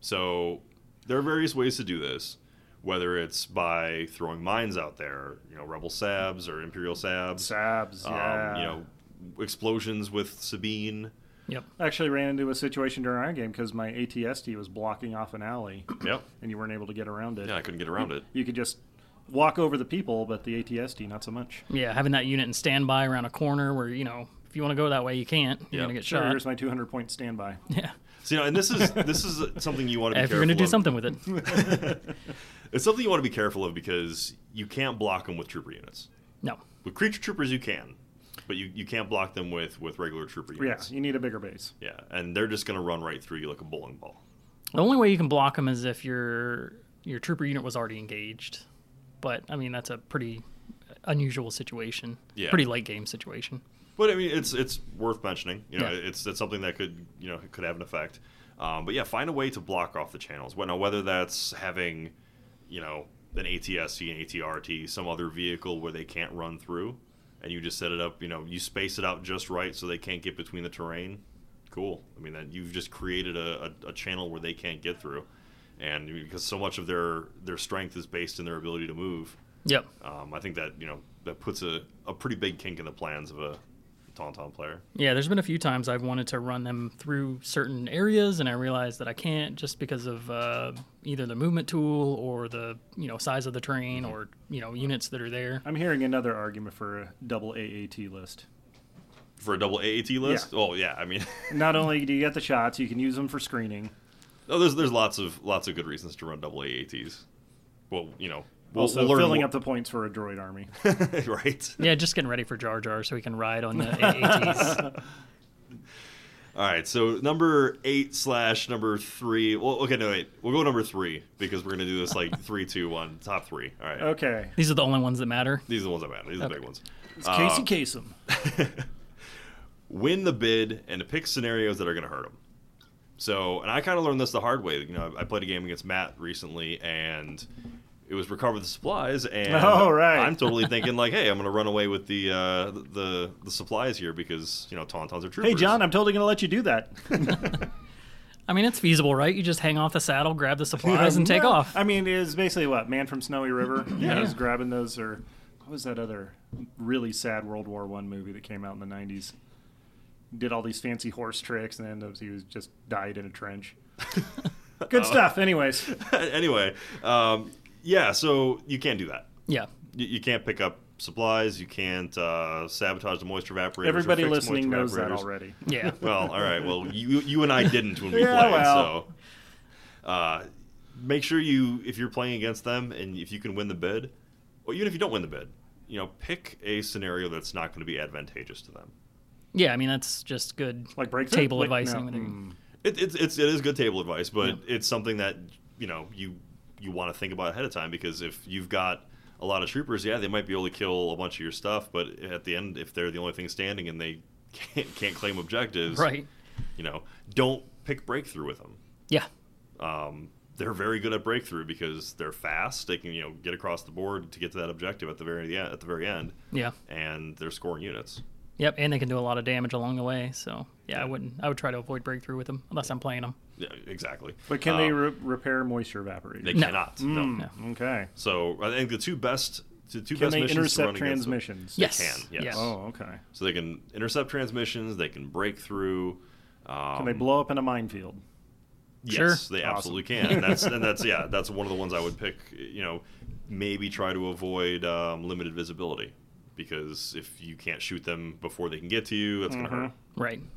[SPEAKER 6] So there are various ways to do this, whether it's by throwing mines out there, you know, rebel sabs or imperial sabs,
[SPEAKER 8] Sabs.
[SPEAKER 6] um,
[SPEAKER 8] Yeah.
[SPEAKER 6] you know, explosions with Sabine.
[SPEAKER 7] Yep.
[SPEAKER 8] actually ran into a situation during our game because my ATST was blocking off an alley,
[SPEAKER 6] Yep.
[SPEAKER 8] and you weren't able to get around it.
[SPEAKER 6] Yeah, I couldn't get around it.
[SPEAKER 8] You could just walk over the people, but the ATST not so much.
[SPEAKER 7] Yeah, having that unit in standby around a corner where you know if you want to go that way you can't.
[SPEAKER 6] Yeah.
[SPEAKER 7] You're gonna get
[SPEAKER 8] Sure,
[SPEAKER 7] shot.
[SPEAKER 8] here's my 200 point standby.
[SPEAKER 7] yeah.
[SPEAKER 6] So, you know, and this is this is something you want to be
[SPEAKER 7] *laughs* If
[SPEAKER 6] careful
[SPEAKER 7] you're gonna do
[SPEAKER 6] of. *laughs*
[SPEAKER 7] something with it,
[SPEAKER 6] It's something you want to be careful of because you can't block them with trooper units.
[SPEAKER 7] no.
[SPEAKER 6] With creature troopers, you can, but you, you can't block them with, with regular trooper
[SPEAKER 8] Yeah,
[SPEAKER 6] units.
[SPEAKER 8] you need a bigger base.
[SPEAKER 6] Yeah, and they're just gonna run right through you like a bowling ball.
[SPEAKER 7] The only way you can block them is if your your trooper unit was already engaged. But I mean that's a pretty unusual situation.
[SPEAKER 6] Yeah.
[SPEAKER 7] Pretty late game situation.
[SPEAKER 6] But I mean, it's it's worth mentioning. You know,
[SPEAKER 7] Yeah.
[SPEAKER 6] it's it's something that could you know could have an effect. Um, but yeah, find a way to block off the channels. Well, now whether that's having, you know, an ATSC, an ATRT, some other vehicle where they can't run through, and you just set it up. You know, you space it out just right so they can't get between the terrain. Cool. I mean, that you've just created a, a, a channel where they can't get through, and because so much of their their strength is based in their ability to move.
[SPEAKER 7] Yep.
[SPEAKER 6] Um, I think that you know that puts a, a pretty big kink in the plans of a Tauntaun player.
[SPEAKER 7] Yeah, there's been a few times I've wanted to run them through certain areas, and I realized that I can't just because of uh, either the movement tool or the you know size of the terrain or you know units that are there.
[SPEAKER 8] I'm hearing another argument for a double AAT list.
[SPEAKER 6] For a double AAT list?
[SPEAKER 8] Yeah.
[SPEAKER 6] Oh yeah, I mean, *laughs*
[SPEAKER 8] Not only do you get the shots, you can use them for screening.
[SPEAKER 6] no, there's there's lots of lots of good reasons to run double AATs. Well, you know, we'll,
[SPEAKER 8] also,
[SPEAKER 6] we'll learn
[SPEAKER 8] filling
[SPEAKER 6] more-
[SPEAKER 8] up the points for a
[SPEAKER 6] *laughs*
[SPEAKER 8] droid army.
[SPEAKER 6] right.
[SPEAKER 7] Yeah, just getting ready for Jar Jar so he can ride on the AATs.
[SPEAKER 6] All right, so number eight slash number three. Well, okay, no wait, we'll go number three because we're gonna do this like *laughs* three, two, one, top three. All right,
[SPEAKER 8] Okay.
[SPEAKER 7] These are the only ones that matter.
[SPEAKER 6] these are the ones that matter. These are the big ones.
[SPEAKER 8] It's Casey Kasem.
[SPEAKER 6] win the bid and pick scenarios that are going to hurt them. So, and I kind of learned this the hard way. You know, I played a game against Matt recently, and it was recover the supplies. And
[SPEAKER 8] *laughs* Oh, right.
[SPEAKER 6] I'm totally thinking like, hey, I'm going to run away with the uh, the the supplies here because you know Tauntauns are troopers.
[SPEAKER 8] Hey, John, I'm totally going to let you do that.
[SPEAKER 7] I mean, it's feasible, right? You just hang off the saddle, grab the supplies, and take
[SPEAKER 8] No,
[SPEAKER 7] off.
[SPEAKER 8] *laughs* I mean, it's basically what Man from Snowy
[SPEAKER 6] *clears throat*
[SPEAKER 8] River. yeah, I was
[SPEAKER 7] Yeah.
[SPEAKER 8] grabbing those. Or what was that other really sad World War One movie that came out in the '90s? Did all these fancy horse tricks and then he was just died in a
[SPEAKER 6] *laughs*
[SPEAKER 8] trench.
[SPEAKER 6] Oh.
[SPEAKER 8] Good stuff. Anyways,
[SPEAKER 6] *laughs* anyway, um, yeah. So you can't do that.
[SPEAKER 7] Yeah.
[SPEAKER 6] You, you can't pick up supplies. You can't uh, sabotage the moisture evaporators. or
[SPEAKER 8] everybody
[SPEAKER 6] fix
[SPEAKER 8] listening
[SPEAKER 6] moisture
[SPEAKER 8] knows that
[SPEAKER 6] evaporators.
[SPEAKER 8] already.
[SPEAKER 7] Yeah.
[SPEAKER 6] Well, all right. Well, you you and I didn't when we
[SPEAKER 8] Yeah,
[SPEAKER 6] played.
[SPEAKER 8] well.
[SPEAKER 6] So, uh, make sure you if you're playing against them and if you can win the bid, or even if you don't win the bid, you know, pick a scenario that's not going to be advantageous to them.
[SPEAKER 7] Yeah, I mean, that's just good
[SPEAKER 8] Like
[SPEAKER 7] *laughs*
[SPEAKER 8] breakthrough?
[SPEAKER 7] table
[SPEAKER 8] Wait,
[SPEAKER 7] advice.
[SPEAKER 8] no.
[SPEAKER 6] Mm.
[SPEAKER 7] and everything.
[SPEAKER 6] It, it's it's it is good table advice, but it's something that you know you you want to think about ahead of time because if you've got a lot of troopers, yeah, they might be able to kill a bunch of your stuff, but at the end, if they're the only thing standing and they *laughs* can't, can't claim objectives,
[SPEAKER 7] Right.
[SPEAKER 6] You know, don't pick breakthrough with them.
[SPEAKER 7] Yeah.
[SPEAKER 6] um, they're very good at breakthrough because they're fast. They can you know get across the board to get to that objective at the very end, at the very end,
[SPEAKER 7] Yeah.
[SPEAKER 6] and they're scoring units.
[SPEAKER 7] Yep. And they can do a lot of damage along the way. So, yeah, I wouldn't. I would try to avoid breakthrough with them unless I'm playing them.
[SPEAKER 6] Yeah, exactly.
[SPEAKER 8] But can they
[SPEAKER 6] Um,
[SPEAKER 8] re- repair moisture evaporators?
[SPEAKER 6] They
[SPEAKER 7] No.
[SPEAKER 6] cannot. No.
[SPEAKER 8] okay.
[SPEAKER 6] So I think the two best the two
[SPEAKER 8] Mm. Can
[SPEAKER 6] best
[SPEAKER 8] they
[SPEAKER 6] missions to
[SPEAKER 8] intercept
[SPEAKER 6] run against them-
[SPEAKER 8] transmissions?
[SPEAKER 7] Yes.
[SPEAKER 6] can, yes.
[SPEAKER 7] Yeah.
[SPEAKER 8] Oh, okay.
[SPEAKER 6] So they can intercept transmissions. They can break through. Um,
[SPEAKER 8] Can they blow up in a minefield?
[SPEAKER 6] Yes,
[SPEAKER 7] Sure.
[SPEAKER 6] they absolutely can. That's and that's yeah, that's one of the ones I would pick. You know, maybe try to avoid um, limited visibility because if you can't shoot them before they can get to you, that's
[SPEAKER 8] Mm-hmm.
[SPEAKER 6] gonna
[SPEAKER 7] Right.
[SPEAKER 6] hurt.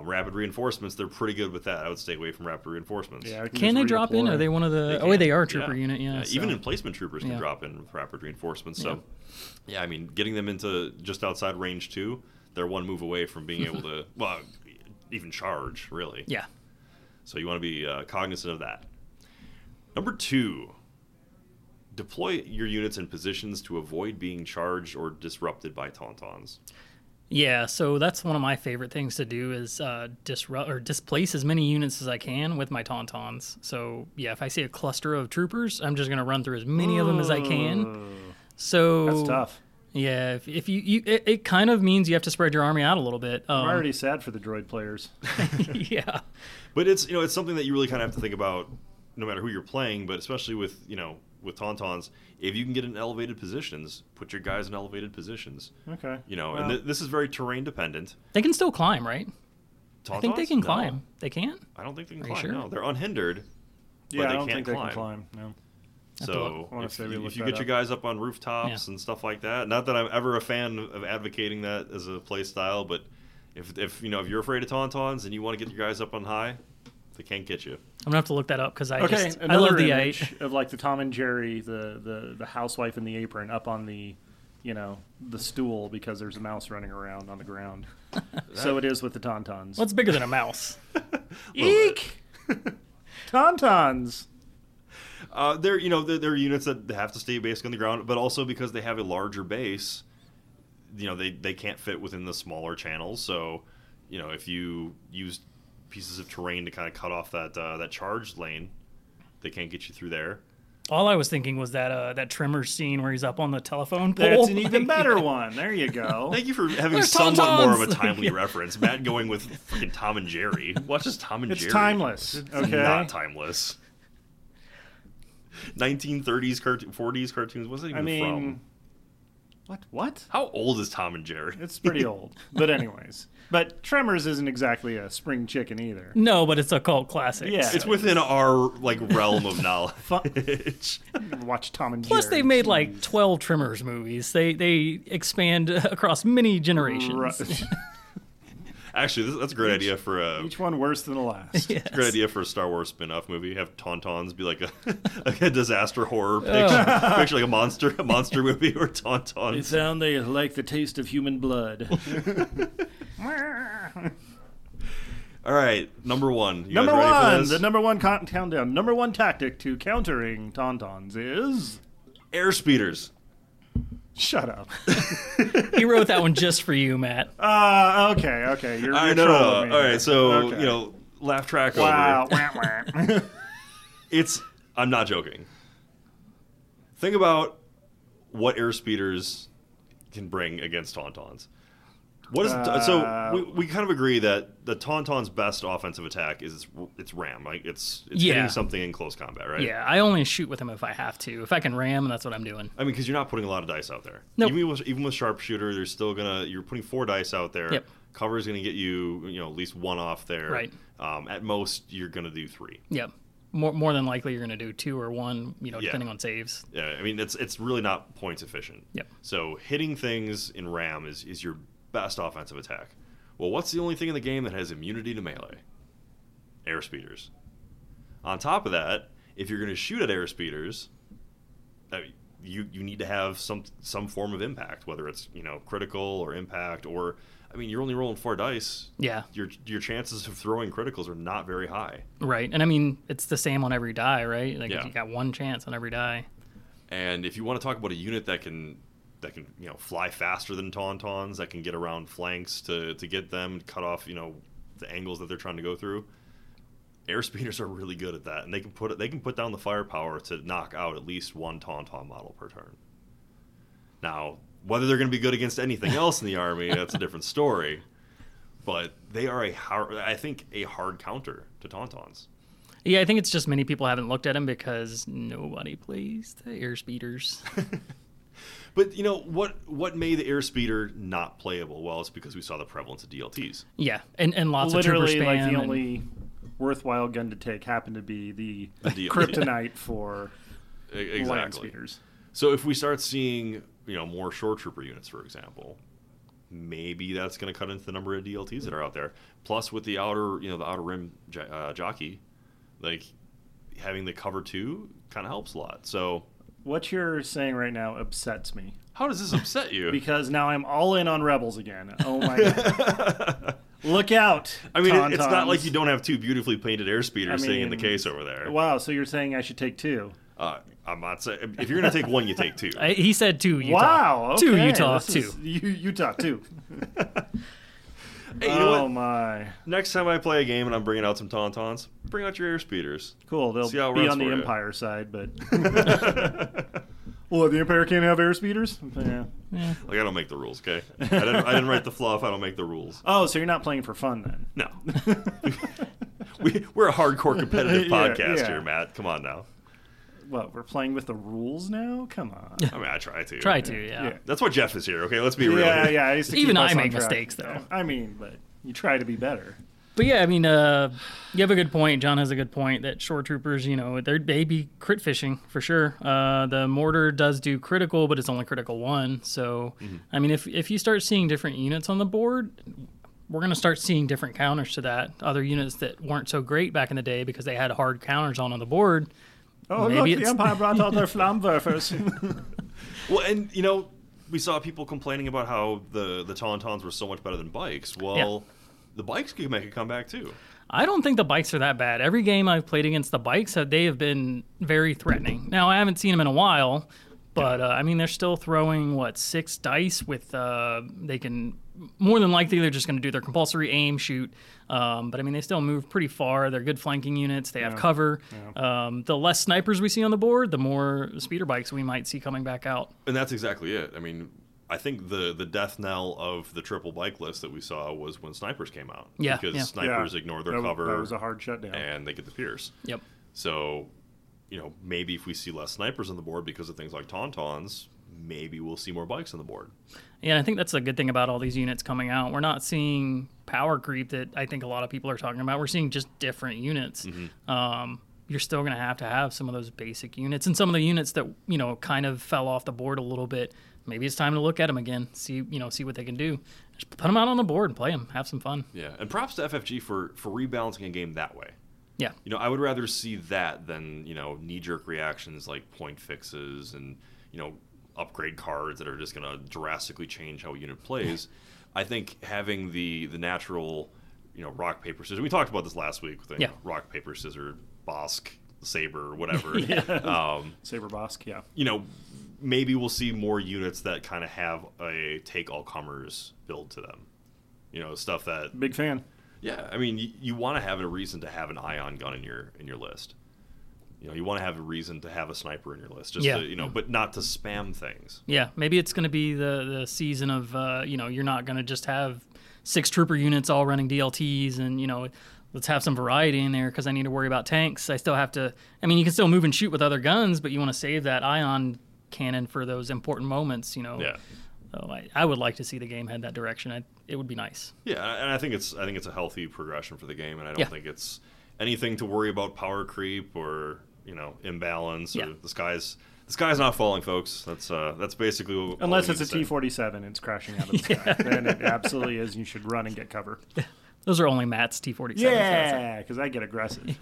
[SPEAKER 6] Um, rapid reinforcements, they're pretty good with that. I would stay away from rapid reinforcements.
[SPEAKER 8] Yeah.
[SPEAKER 7] Can they drop in? Are they one of the? oh, wait,
[SPEAKER 6] can.
[SPEAKER 7] they are a trooper
[SPEAKER 6] Yeah.
[SPEAKER 7] unit. Yeah.
[SPEAKER 6] Uh, Even
[SPEAKER 7] so-
[SPEAKER 6] in placement troopers can
[SPEAKER 7] Yeah.
[SPEAKER 6] drop in with rapid reinforcements. So, yeah. I mean, getting them into just outside range two, they're one move away from being able
[SPEAKER 7] *laughs*
[SPEAKER 6] to, well, even charge really.
[SPEAKER 7] yeah.
[SPEAKER 6] So you want to be uh, cognizant of that. Number two, deploy your units in positions to avoid being charged or disrupted by tauntauns.
[SPEAKER 7] Yeah, so that's one of my favorite things to do is uh, disrupt or displace as many units as I can with my tauntauns. So yeah, if I see a cluster of troopers, I'm just gonna run through as many of them as I can. So
[SPEAKER 8] That's tough.
[SPEAKER 7] Yeah, if, if you, you it, it kind of means you have to spread your army out a little bit. Um,
[SPEAKER 8] I'm already sad for the droid players.
[SPEAKER 7] *laughs* yeah,
[SPEAKER 6] But it's you know it's something that you really kind of have to think about, no matter who you're playing, but especially with you know with tauntauns, if you can get in elevated positions, put your guys in elevated positions.
[SPEAKER 8] Okay.
[SPEAKER 6] You know, and th- this is very terrain dependent.
[SPEAKER 7] they can still climb, right?
[SPEAKER 6] Tauntauns?
[SPEAKER 7] I think they can
[SPEAKER 6] No.
[SPEAKER 7] climb. They can.
[SPEAKER 6] I don't think they can
[SPEAKER 7] Are you
[SPEAKER 6] climb.
[SPEAKER 7] sure?
[SPEAKER 6] No, they're unhindered.
[SPEAKER 8] Yeah,
[SPEAKER 6] they
[SPEAKER 8] I don't
[SPEAKER 6] can't
[SPEAKER 8] think they can
[SPEAKER 6] climb.
[SPEAKER 8] climb. No.
[SPEAKER 6] So
[SPEAKER 8] I wanna
[SPEAKER 6] if,
[SPEAKER 8] say we
[SPEAKER 6] you,
[SPEAKER 8] looked
[SPEAKER 6] if you
[SPEAKER 8] that
[SPEAKER 6] get your
[SPEAKER 8] up.
[SPEAKER 6] guys up on rooftops
[SPEAKER 7] Yeah.
[SPEAKER 6] and stuff like that, not that I'm ever a fan of advocating that as a play style, but if, if you know if you're afraid of tauntauns and you want to get your guys up on high, they can't get you.
[SPEAKER 7] I'm gonna have to look that up because I
[SPEAKER 8] Okay,
[SPEAKER 7] just I
[SPEAKER 8] another
[SPEAKER 7] love the
[SPEAKER 8] image
[SPEAKER 7] I,
[SPEAKER 8] of like the Tom and Jerry, the, the the housewife in the apron up on the, you know, the stool because there's a mouse running around on the *laughs* ground. so it is with the tauntauns.
[SPEAKER 7] What's bigger than a mouse?
[SPEAKER 8] eek? tauntauns.
[SPEAKER 6] Uh, they're you know they're, they're units that they have to stay basically on the ground, but also because they have a larger base, you know they they can't fit within the smaller channels. So, you know if you use pieces of terrain to kind of cut off that uh, that charge lane, they can't get you through there.
[SPEAKER 7] All I was thinking was that uh, that Tremor scene where he's up on the telephone pole.
[SPEAKER 8] That's an even better one. There you *laughs* go.
[SPEAKER 6] Thank you for having
[SPEAKER 7] There's
[SPEAKER 6] somewhat more of a
[SPEAKER 7] Tom-Toms!
[SPEAKER 8] *laughs*
[SPEAKER 6] timely reference. Matt going with freaking Tom and Jerry. Watch this Tom and
[SPEAKER 8] It's
[SPEAKER 6] Jerry.
[SPEAKER 8] timeless.
[SPEAKER 6] It's
[SPEAKER 8] Okay.
[SPEAKER 6] Not timeless. 1930s, cartoon, 40s cartoons. What's that even
[SPEAKER 8] I mean,
[SPEAKER 6] from?
[SPEAKER 8] what? What?
[SPEAKER 6] How old is Tom and Jerry?
[SPEAKER 8] It's *laughs* pretty old. But anyways, but Tremors isn't exactly a spring chicken either.
[SPEAKER 7] *laughs* No, but it's a cult classic.
[SPEAKER 8] Yeah.
[SPEAKER 6] It's within our like realm
[SPEAKER 8] *laughs*
[SPEAKER 6] of knowledge.
[SPEAKER 8] Watch Tom and
[SPEAKER 7] Plus,
[SPEAKER 8] Jerry.
[SPEAKER 7] they've made like twelve Tremors movies. They they expand *laughs* across many generations.
[SPEAKER 8] *laughs* Right.
[SPEAKER 6] Actually, this, that's a great idea for a
[SPEAKER 8] Each one worse than the last. *laughs*
[SPEAKER 6] great idea for a Star Wars spin-off movie. Have Tauntauns be like a, *laughs* like a disaster
[SPEAKER 8] Oh.
[SPEAKER 6] horror picture,
[SPEAKER 8] *laughs*
[SPEAKER 6] picture like a monster a monster movie where Tauntauns
[SPEAKER 8] sound they like the taste of
[SPEAKER 6] *laughs*
[SPEAKER 8] human blood.
[SPEAKER 6] All right, number one. You guys
[SPEAKER 8] number
[SPEAKER 6] ready for
[SPEAKER 8] one,
[SPEAKER 6] this?
[SPEAKER 8] the number one con- countdown, number one tactic to countering tauntauns is
[SPEAKER 6] air speeders. *laughs*
[SPEAKER 8] shut up.
[SPEAKER 7] He wrote that one just for you, Matt.
[SPEAKER 8] Uh, okay, okay, you're,
[SPEAKER 6] All
[SPEAKER 8] you're
[SPEAKER 6] right, no, no,
[SPEAKER 8] trolling
[SPEAKER 6] no.
[SPEAKER 8] me.
[SPEAKER 6] All right, so
[SPEAKER 8] Okay.
[SPEAKER 6] you know, laugh track
[SPEAKER 8] Wow.
[SPEAKER 6] over.
[SPEAKER 8] wah,
[SPEAKER 6] *laughs*
[SPEAKER 8] wah.
[SPEAKER 6] It's. I'm not joking. Think about what air speeders can bring against Tauntauns. What is so? We, we kind of agree that the Tauntaun's best offensive attack is its ram, like it's it's
[SPEAKER 7] Yeah.
[SPEAKER 6] hitting something in close combat, right?
[SPEAKER 7] Yeah, I only shoot with him if I have to. If I can ram, that's what I'm doing.
[SPEAKER 6] I mean, because you're not putting a lot of dice out there.
[SPEAKER 7] Nope.
[SPEAKER 6] Even with, even with sharpshooter, they're still gonna. You're putting four dice out there.
[SPEAKER 7] Yep.
[SPEAKER 6] Cover is gonna get you, you know, at least one off there.
[SPEAKER 7] Right.
[SPEAKER 6] Um, at most, you're gonna do three.
[SPEAKER 7] Yep. More more than likely, you're going to do two or one, you know,
[SPEAKER 6] Yeah.
[SPEAKER 7] depending on saves.
[SPEAKER 6] Yeah. I mean, it's it's really not points efficient.
[SPEAKER 7] Yep.
[SPEAKER 6] So hitting things in ram is is your best offensive attack. Well, what's the only thing in the game that has immunity to melee? Air speeders. On top of that, if you're gonna shoot at air speeders, I mean, you you need to have some some form of impact, whether it's you know critical or impact or I mean you're only rolling four dice.
[SPEAKER 7] Yeah.
[SPEAKER 6] Your your chances of throwing criticals are not very high,
[SPEAKER 7] Right. And I mean, it's the same on every die, right? Like
[SPEAKER 6] Yeah.
[SPEAKER 7] you got one chance on every die.
[SPEAKER 6] and if you want to talk about a unit that can that can you know fly faster than tauntauns, that can get around flanks to to get them cut off you know the angles that they're trying to go through. Air speeders are really good at that, and they can put they can put down the firepower to knock out at least one tauntaun model per turn. Now, whether they're going to be good against anything else in the army, that's a different story. But they are a hard, I think, a hard counter to Tauntauns.
[SPEAKER 7] Yeah, I think it's just many people haven't looked at him because nobody plays the air
[SPEAKER 8] *laughs*
[SPEAKER 7] speeders.
[SPEAKER 6] But you know what? What made the air speeder not playable? Well, it's because we saw the prevalence of DLTs.
[SPEAKER 7] yeah, and and lots of
[SPEAKER 8] Literally,
[SPEAKER 7] trooper spam.
[SPEAKER 8] like the
[SPEAKER 7] and-
[SPEAKER 8] only worthwhile gun to take happened to be the
[SPEAKER 6] DLT.
[SPEAKER 8] kryptonite for
[SPEAKER 6] E-
[SPEAKER 8] land
[SPEAKER 6] *laughs* Exactly.
[SPEAKER 8] speeders.
[SPEAKER 6] So if we start seeing you know more shore trooper units, for example, maybe that's going to cut into the number of DLTs that are out there. Plus, with the outer you know the outer rim jo- uh, jockey, like having the cover two kind of helps a lot. So
[SPEAKER 8] What you're saying right now upsets me
[SPEAKER 6] how does this upset you?
[SPEAKER 8] because now I'm all in on rebels again. Oh my god!
[SPEAKER 6] *laughs*
[SPEAKER 8] Look out!
[SPEAKER 6] I mean, it- it's not like
[SPEAKER 8] Tauntauns.
[SPEAKER 6] you don't have two beautifully painted air speeders sitting in the
[SPEAKER 8] mean,
[SPEAKER 6] case over there.
[SPEAKER 8] Wow, so you're saying I should take two?
[SPEAKER 6] Uh, I'm not saying if you're going to take one, you take two.
[SPEAKER 7] I- he said two Utah.
[SPEAKER 8] Wow, okay.
[SPEAKER 7] Two Utah.
[SPEAKER 8] this is- *laughs*
[SPEAKER 7] Two.
[SPEAKER 8] U- Utah two.
[SPEAKER 6] Hey, *laughs* you know
[SPEAKER 8] oh
[SPEAKER 6] what?
[SPEAKER 8] my,
[SPEAKER 6] Next time I play a game and I'm bringing out some Tauntauns, bring out your air speeders.
[SPEAKER 8] cool. They'll
[SPEAKER 6] See how it
[SPEAKER 8] be
[SPEAKER 6] runs
[SPEAKER 8] on the
[SPEAKER 6] for ya.
[SPEAKER 8] Empire side,
[SPEAKER 6] *laughs*
[SPEAKER 8] but *laughs* well, the Empire can't have air speeders. Yeah.
[SPEAKER 6] Like, I don't make the rules, okay? I didn't, I didn't write the fluff. I don't make the rules.
[SPEAKER 8] Oh, so you're not playing for fun then?
[SPEAKER 6] Uh, No. *laughs* we, we're a hardcore *laughs* competitive
[SPEAKER 8] Yeah,
[SPEAKER 6] podcast
[SPEAKER 8] yeah.
[SPEAKER 6] here, Matt. Come on now.
[SPEAKER 8] What? We're playing with the rules now?
[SPEAKER 7] *laughs*
[SPEAKER 8] Come on.
[SPEAKER 6] I mean, I try to.
[SPEAKER 7] Try to, yeah.
[SPEAKER 8] Yeah.
[SPEAKER 6] That's what Jeff is here, okay? Let's be real.
[SPEAKER 8] yeah,
[SPEAKER 6] here.
[SPEAKER 8] yeah. I used to
[SPEAKER 7] Even
[SPEAKER 8] keep us
[SPEAKER 7] I
[SPEAKER 8] on
[SPEAKER 7] make
[SPEAKER 8] track.
[SPEAKER 7] mistakes, though.
[SPEAKER 8] I mean, but you try to be better.
[SPEAKER 7] But yeah, I mean, uh, you have a good point. John has a good point that shore troopers, you know, they're, they be crit fishing for sure. Uh, the mortar does do critical, but it's only critical one. So, I mean, if if you start seeing different units on the board, we're going to start seeing different counters to that. Other units that weren't so great back in the day because they had hard counters on on the board.
[SPEAKER 8] Oh,
[SPEAKER 7] Maybe
[SPEAKER 8] look,
[SPEAKER 7] it's-
[SPEAKER 8] the Empire brought out their flammenwerfers.
[SPEAKER 6] Well, and, you know, we saw people complaining about how the, the Tauntauns were so much better than bikes. Well, the bikes could make a comeback, too.
[SPEAKER 7] I don't think the bikes are that bad. Every game I've played against the bikes, uh, they have been very threatening. Now I haven't seen them in a while, but uh, I mean they're still throwing what six dice with uh, they can more than likely they're just going to do their compulsory aim shoot. Um, but I mean they still move pretty far. They're good flanking units. They have cover. Um, the less snipers we see on the board, the more speeder bikes we might see coming back out.
[SPEAKER 6] And that's exactly it. I mean, I think the the death knell of the triple bike list that we saw was when snipers came out.
[SPEAKER 7] Yeah,
[SPEAKER 6] because
[SPEAKER 7] yeah.
[SPEAKER 6] snipers
[SPEAKER 8] Yeah.
[SPEAKER 6] ignore their
[SPEAKER 8] that,
[SPEAKER 6] cover.
[SPEAKER 8] That was a hard shutdown.
[SPEAKER 6] and they get the pierce.
[SPEAKER 7] Yep.
[SPEAKER 6] So, you know, maybe if we see less snipers on the board because of things like tauntauns, maybe we'll see more bikes on the board.
[SPEAKER 7] Yeah, and I think that's a good thing about all these units coming out. We're not seeing power creep that I think a lot of people are talking about. We're seeing just different units. Um, you're still going to have to have some of those basic units and some of the units that you know kind of fell off the board a little bit. Maybe it's time to look at them again. See you know see what they can do. Just put them out on the board and play them. Have some fun.
[SPEAKER 6] Yeah, and props to FFG for for rebalancing a game that way.
[SPEAKER 7] Yeah.
[SPEAKER 6] You know, I would rather see that than you know knee jerk reactions like point fixes and you know upgrade cards that are just going to drastically change how a unit plays. I think having the the natural you know rock paper scissors. We talked about this last week with the, you
[SPEAKER 7] Yeah.
[SPEAKER 6] know, rock paper scissors, Bosk saber, whatever. um,
[SPEAKER 8] Saber Bosk, yeah.
[SPEAKER 6] you know, maybe we'll see more units that kind of have a take all comers build to them. You know, stuff that
[SPEAKER 8] Big fan.
[SPEAKER 6] yeah, I mean, you, you want to have a reason to have an ion gun in your in your list. You know, you want to have a reason to have a sniper in your list, just
[SPEAKER 7] Yeah.
[SPEAKER 6] to, you know, but not to spam things.
[SPEAKER 7] Yeah, maybe it's going to be the the season of uh, you know you're not going to just have six trooper units all running DLTs and you know let's have some variety in there because I need to worry about tanks. I still have to. I mean, you can still move and shoot with other guns, but you want to save that ion cannon for those important moments. You know.
[SPEAKER 6] Yeah,
[SPEAKER 7] So I, I would like to see the game head that direction. I, it would be nice.
[SPEAKER 6] yeah, and I think it's I think it's a healthy progression for the game, and I don't
[SPEAKER 7] Yeah.
[SPEAKER 6] think it's anything to worry about power creep or you know imbalance or
[SPEAKER 7] Yeah.
[SPEAKER 6] the sky's the sky's not falling, folks. That's uh that's basically what, all we
[SPEAKER 8] Unless
[SPEAKER 6] need
[SPEAKER 8] it's a
[SPEAKER 6] to say.
[SPEAKER 8] T forty seven, it's crashing
[SPEAKER 7] *laughs*
[SPEAKER 8] out of the sky. Then it absolutely is. You should run and get cover.
[SPEAKER 7] Those are only Matt's T forty seven.
[SPEAKER 8] Yeah, because I get aggressive.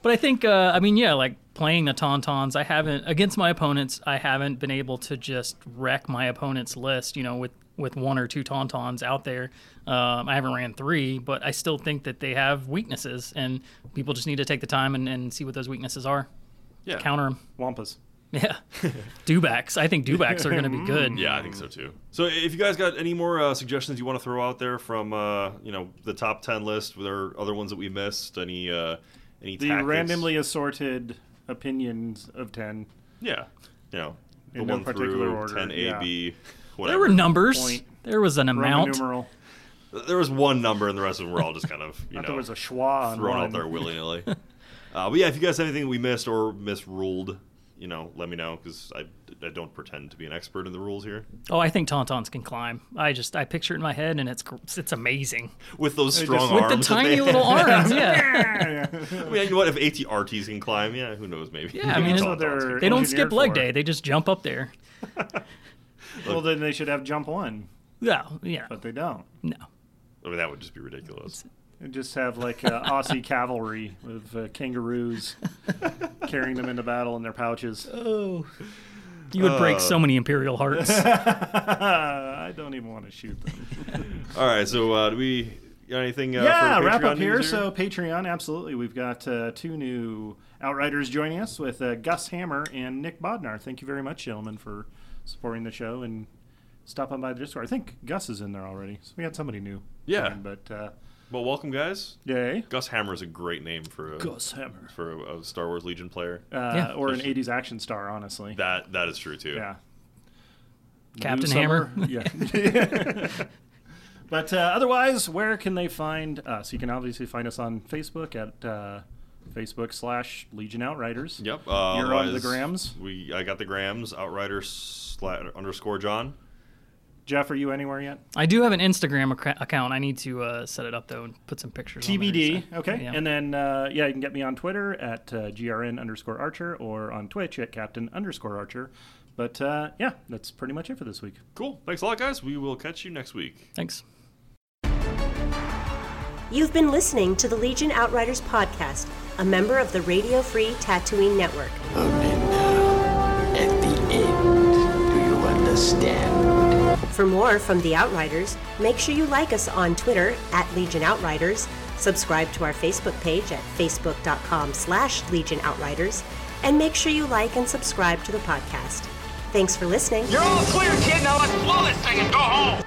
[SPEAKER 7] But I think, uh, I mean, yeah, like playing the Tauntauns, I haven't, against my opponents, I haven't been able to just wreck my opponent's list, you know, with, with one or two Tauntauns out there. Um, I haven't ran three, but I still think that they have weaknesses, and people just need to take the time and, and see what those weaknesses are,
[SPEAKER 6] yeah.
[SPEAKER 7] counter them.
[SPEAKER 8] Wampus.
[SPEAKER 7] *laughs*
[SPEAKER 6] *laughs*
[SPEAKER 7] Yeah. Dubacks. I think Dubacks are going to be good.
[SPEAKER 6] Yeah, I think so too. So if you guys got any more uh, suggestions you want to throw out there from uh, you know the top ten list, were there other ones that we missed? Any uh, any
[SPEAKER 8] The
[SPEAKER 6] tactics?
[SPEAKER 8] randomly assorted opinions of ten.
[SPEAKER 6] yeah, you know the
[SPEAKER 8] In no
[SPEAKER 6] one
[SPEAKER 8] particular
[SPEAKER 6] through
[SPEAKER 8] order,
[SPEAKER 6] ten A
[SPEAKER 8] yeah.
[SPEAKER 6] B.
[SPEAKER 7] There
[SPEAKER 6] Whatever.
[SPEAKER 7] were numbers.
[SPEAKER 8] Point.
[SPEAKER 7] There was an
[SPEAKER 8] Roman
[SPEAKER 7] amount.
[SPEAKER 8] numeral.
[SPEAKER 6] there was one number, and the rest of them were all just kind
[SPEAKER 8] *laughs*
[SPEAKER 6] of you
[SPEAKER 8] Thought
[SPEAKER 6] know
[SPEAKER 8] there was a schwa on
[SPEAKER 6] thrown
[SPEAKER 8] one.
[SPEAKER 6] out there willy
[SPEAKER 8] *laughs*
[SPEAKER 6] nilly. uh, but yeah, if you guys have anything we missed or misruled, you know, let me know because I, I don't pretend to be an expert in the rules here.
[SPEAKER 7] Oh, I think Tauntauns can climb. I just, I picture it in my head, and it's, gr- it's amazing.
[SPEAKER 6] With those strong
[SPEAKER 7] With
[SPEAKER 6] arms,
[SPEAKER 7] the
[SPEAKER 6] that they
[SPEAKER 7] tiny
[SPEAKER 6] have. *laughs*
[SPEAKER 7] little arms. Yeah.
[SPEAKER 6] I mean, you know what? If ATRTs can climb, yeah, who knows? Maybe.
[SPEAKER 7] Yeah,
[SPEAKER 6] *laughs*
[SPEAKER 7] I mean,
[SPEAKER 6] Maybe
[SPEAKER 7] it's-
[SPEAKER 6] Tauntauns can
[SPEAKER 8] they're-
[SPEAKER 7] They don't
[SPEAKER 8] Engineered
[SPEAKER 7] skip leg
[SPEAKER 8] for
[SPEAKER 7] day.
[SPEAKER 8] it.
[SPEAKER 7] They just jump up there.
[SPEAKER 8] Well, then they should have jump one,
[SPEAKER 7] Yeah, yeah,
[SPEAKER 8] but they don't.
[SPEAKER 7] no.
[SPEAKER 6] I mean, that would just be ridiculous.
[SPEAKER 8] They just have
[SPEAKER 6] *laughs*
[SPEAKER 8] like uh, Aussie cavalry with uh, kangaroos carrying them into battle in
[SPEAKER 6] *laughs*
[SPEAKER 8] their pouches. *laughs*
[SPEAKER 7] You would break
[SPEAKER 8] Uh.
[SPEAKER 7] so many imperial
[SPEAKER 8] *laughs*
[SPEAKER 7] hearts.
[SPEAKER 8] I don't even want to shoot them.
[SPEAKER 6] All right, so uh, do we got anything? Uh,
[SPEAKER 8] yeah,
[SPEAKER 6] for
[SPEAKER 8] wrap
[SPEAKER 6] Patreon
[SPEAKER 8] up here.
[SPEAKER 6] news
[SPEAKER 8] So Patreon, absolutely. We've got uh, two new outriders joining us with uh, Gus Hammer and Nick Bodnar. Thank you very much, gentlemen, for supporting the show and stopping by the Discord. I think Gus is in there already, so we got somebody new.
[SPEAKER 6] Yeah.
[SPEAKER 8] but uh,
[SPEAKER 6] well, welcome guys.
[SPEAKER 8] yay.
[SPEAKER 6] Gus Hammer is a great name for a
[SPEAKER 8] Hammer.
[SPEAKER 6] for a, a Star Wars Legion player.
[SPEAKER 8] Uh,
[SPEAKER 7] Yeah.
[SPEAKER 8] Or an 80s action star, honestly.
[SPEAKER 6] that that is true too.
[SPEAKER 8] yeah.
[SPEAKER 7] Captain
[SPEAKER 8] Lou
[SPEAKER 7] Hammer.
[SPEAKER 8] Summer. Yeah. *laughs* but uh, otherwise, where can they find us? You can obviously find us on Facebook at uh, Facebook slash Legion Outriders.
[SPEAKER 6] Yep. Uh,
[SPEAKER 8] You're on the
[SPEAKER 6] otherwise,
[SPEAKER 8] grams?
[SPEAKER 6] We I got the grams. Outrider sla- underscore John.
[SPEAKER 8] Jeff, are you anywhere yet?
[SPEAKER 7] *laughs* I do have an Instagram ac- account. I need to uh, set it up though and put some pictures. on there,
[SPEAKER 8] TBD.
[SPEAKER 7] so,
[SPEAKER 8] okay.
[SPEAKER 7] yeah.
[SPEAKER 8] And then, uh, yeah, you can get me on Twitter at uh, GRN underscore Archer or on Twitch at Captain underscore Archer. But uh, yeah, that's pretty much it for this week.
[SPEAKER 6] Cool. Thanks a lot, guys. We will catch you next week.
[SPEAKER 7] thanks.
[SPEAKER 1] You've been listening to the Legion Outriders podcast, a member of the Radio Free Tatooine Network.
[SPEAKER 2] Only now, at the end, do you understand?
[SPEAKER 1] For more from the Outriders, make sure you like us on Twitter at Legion Outriders, Subscribe to our Facebook page at facebook.com slash Legion Outriders, and make sure you like and subscribe to the podcast. Thanks for listening.
[SPEAKER 9] You're all clear, kid. Now let's blow this thing and go home.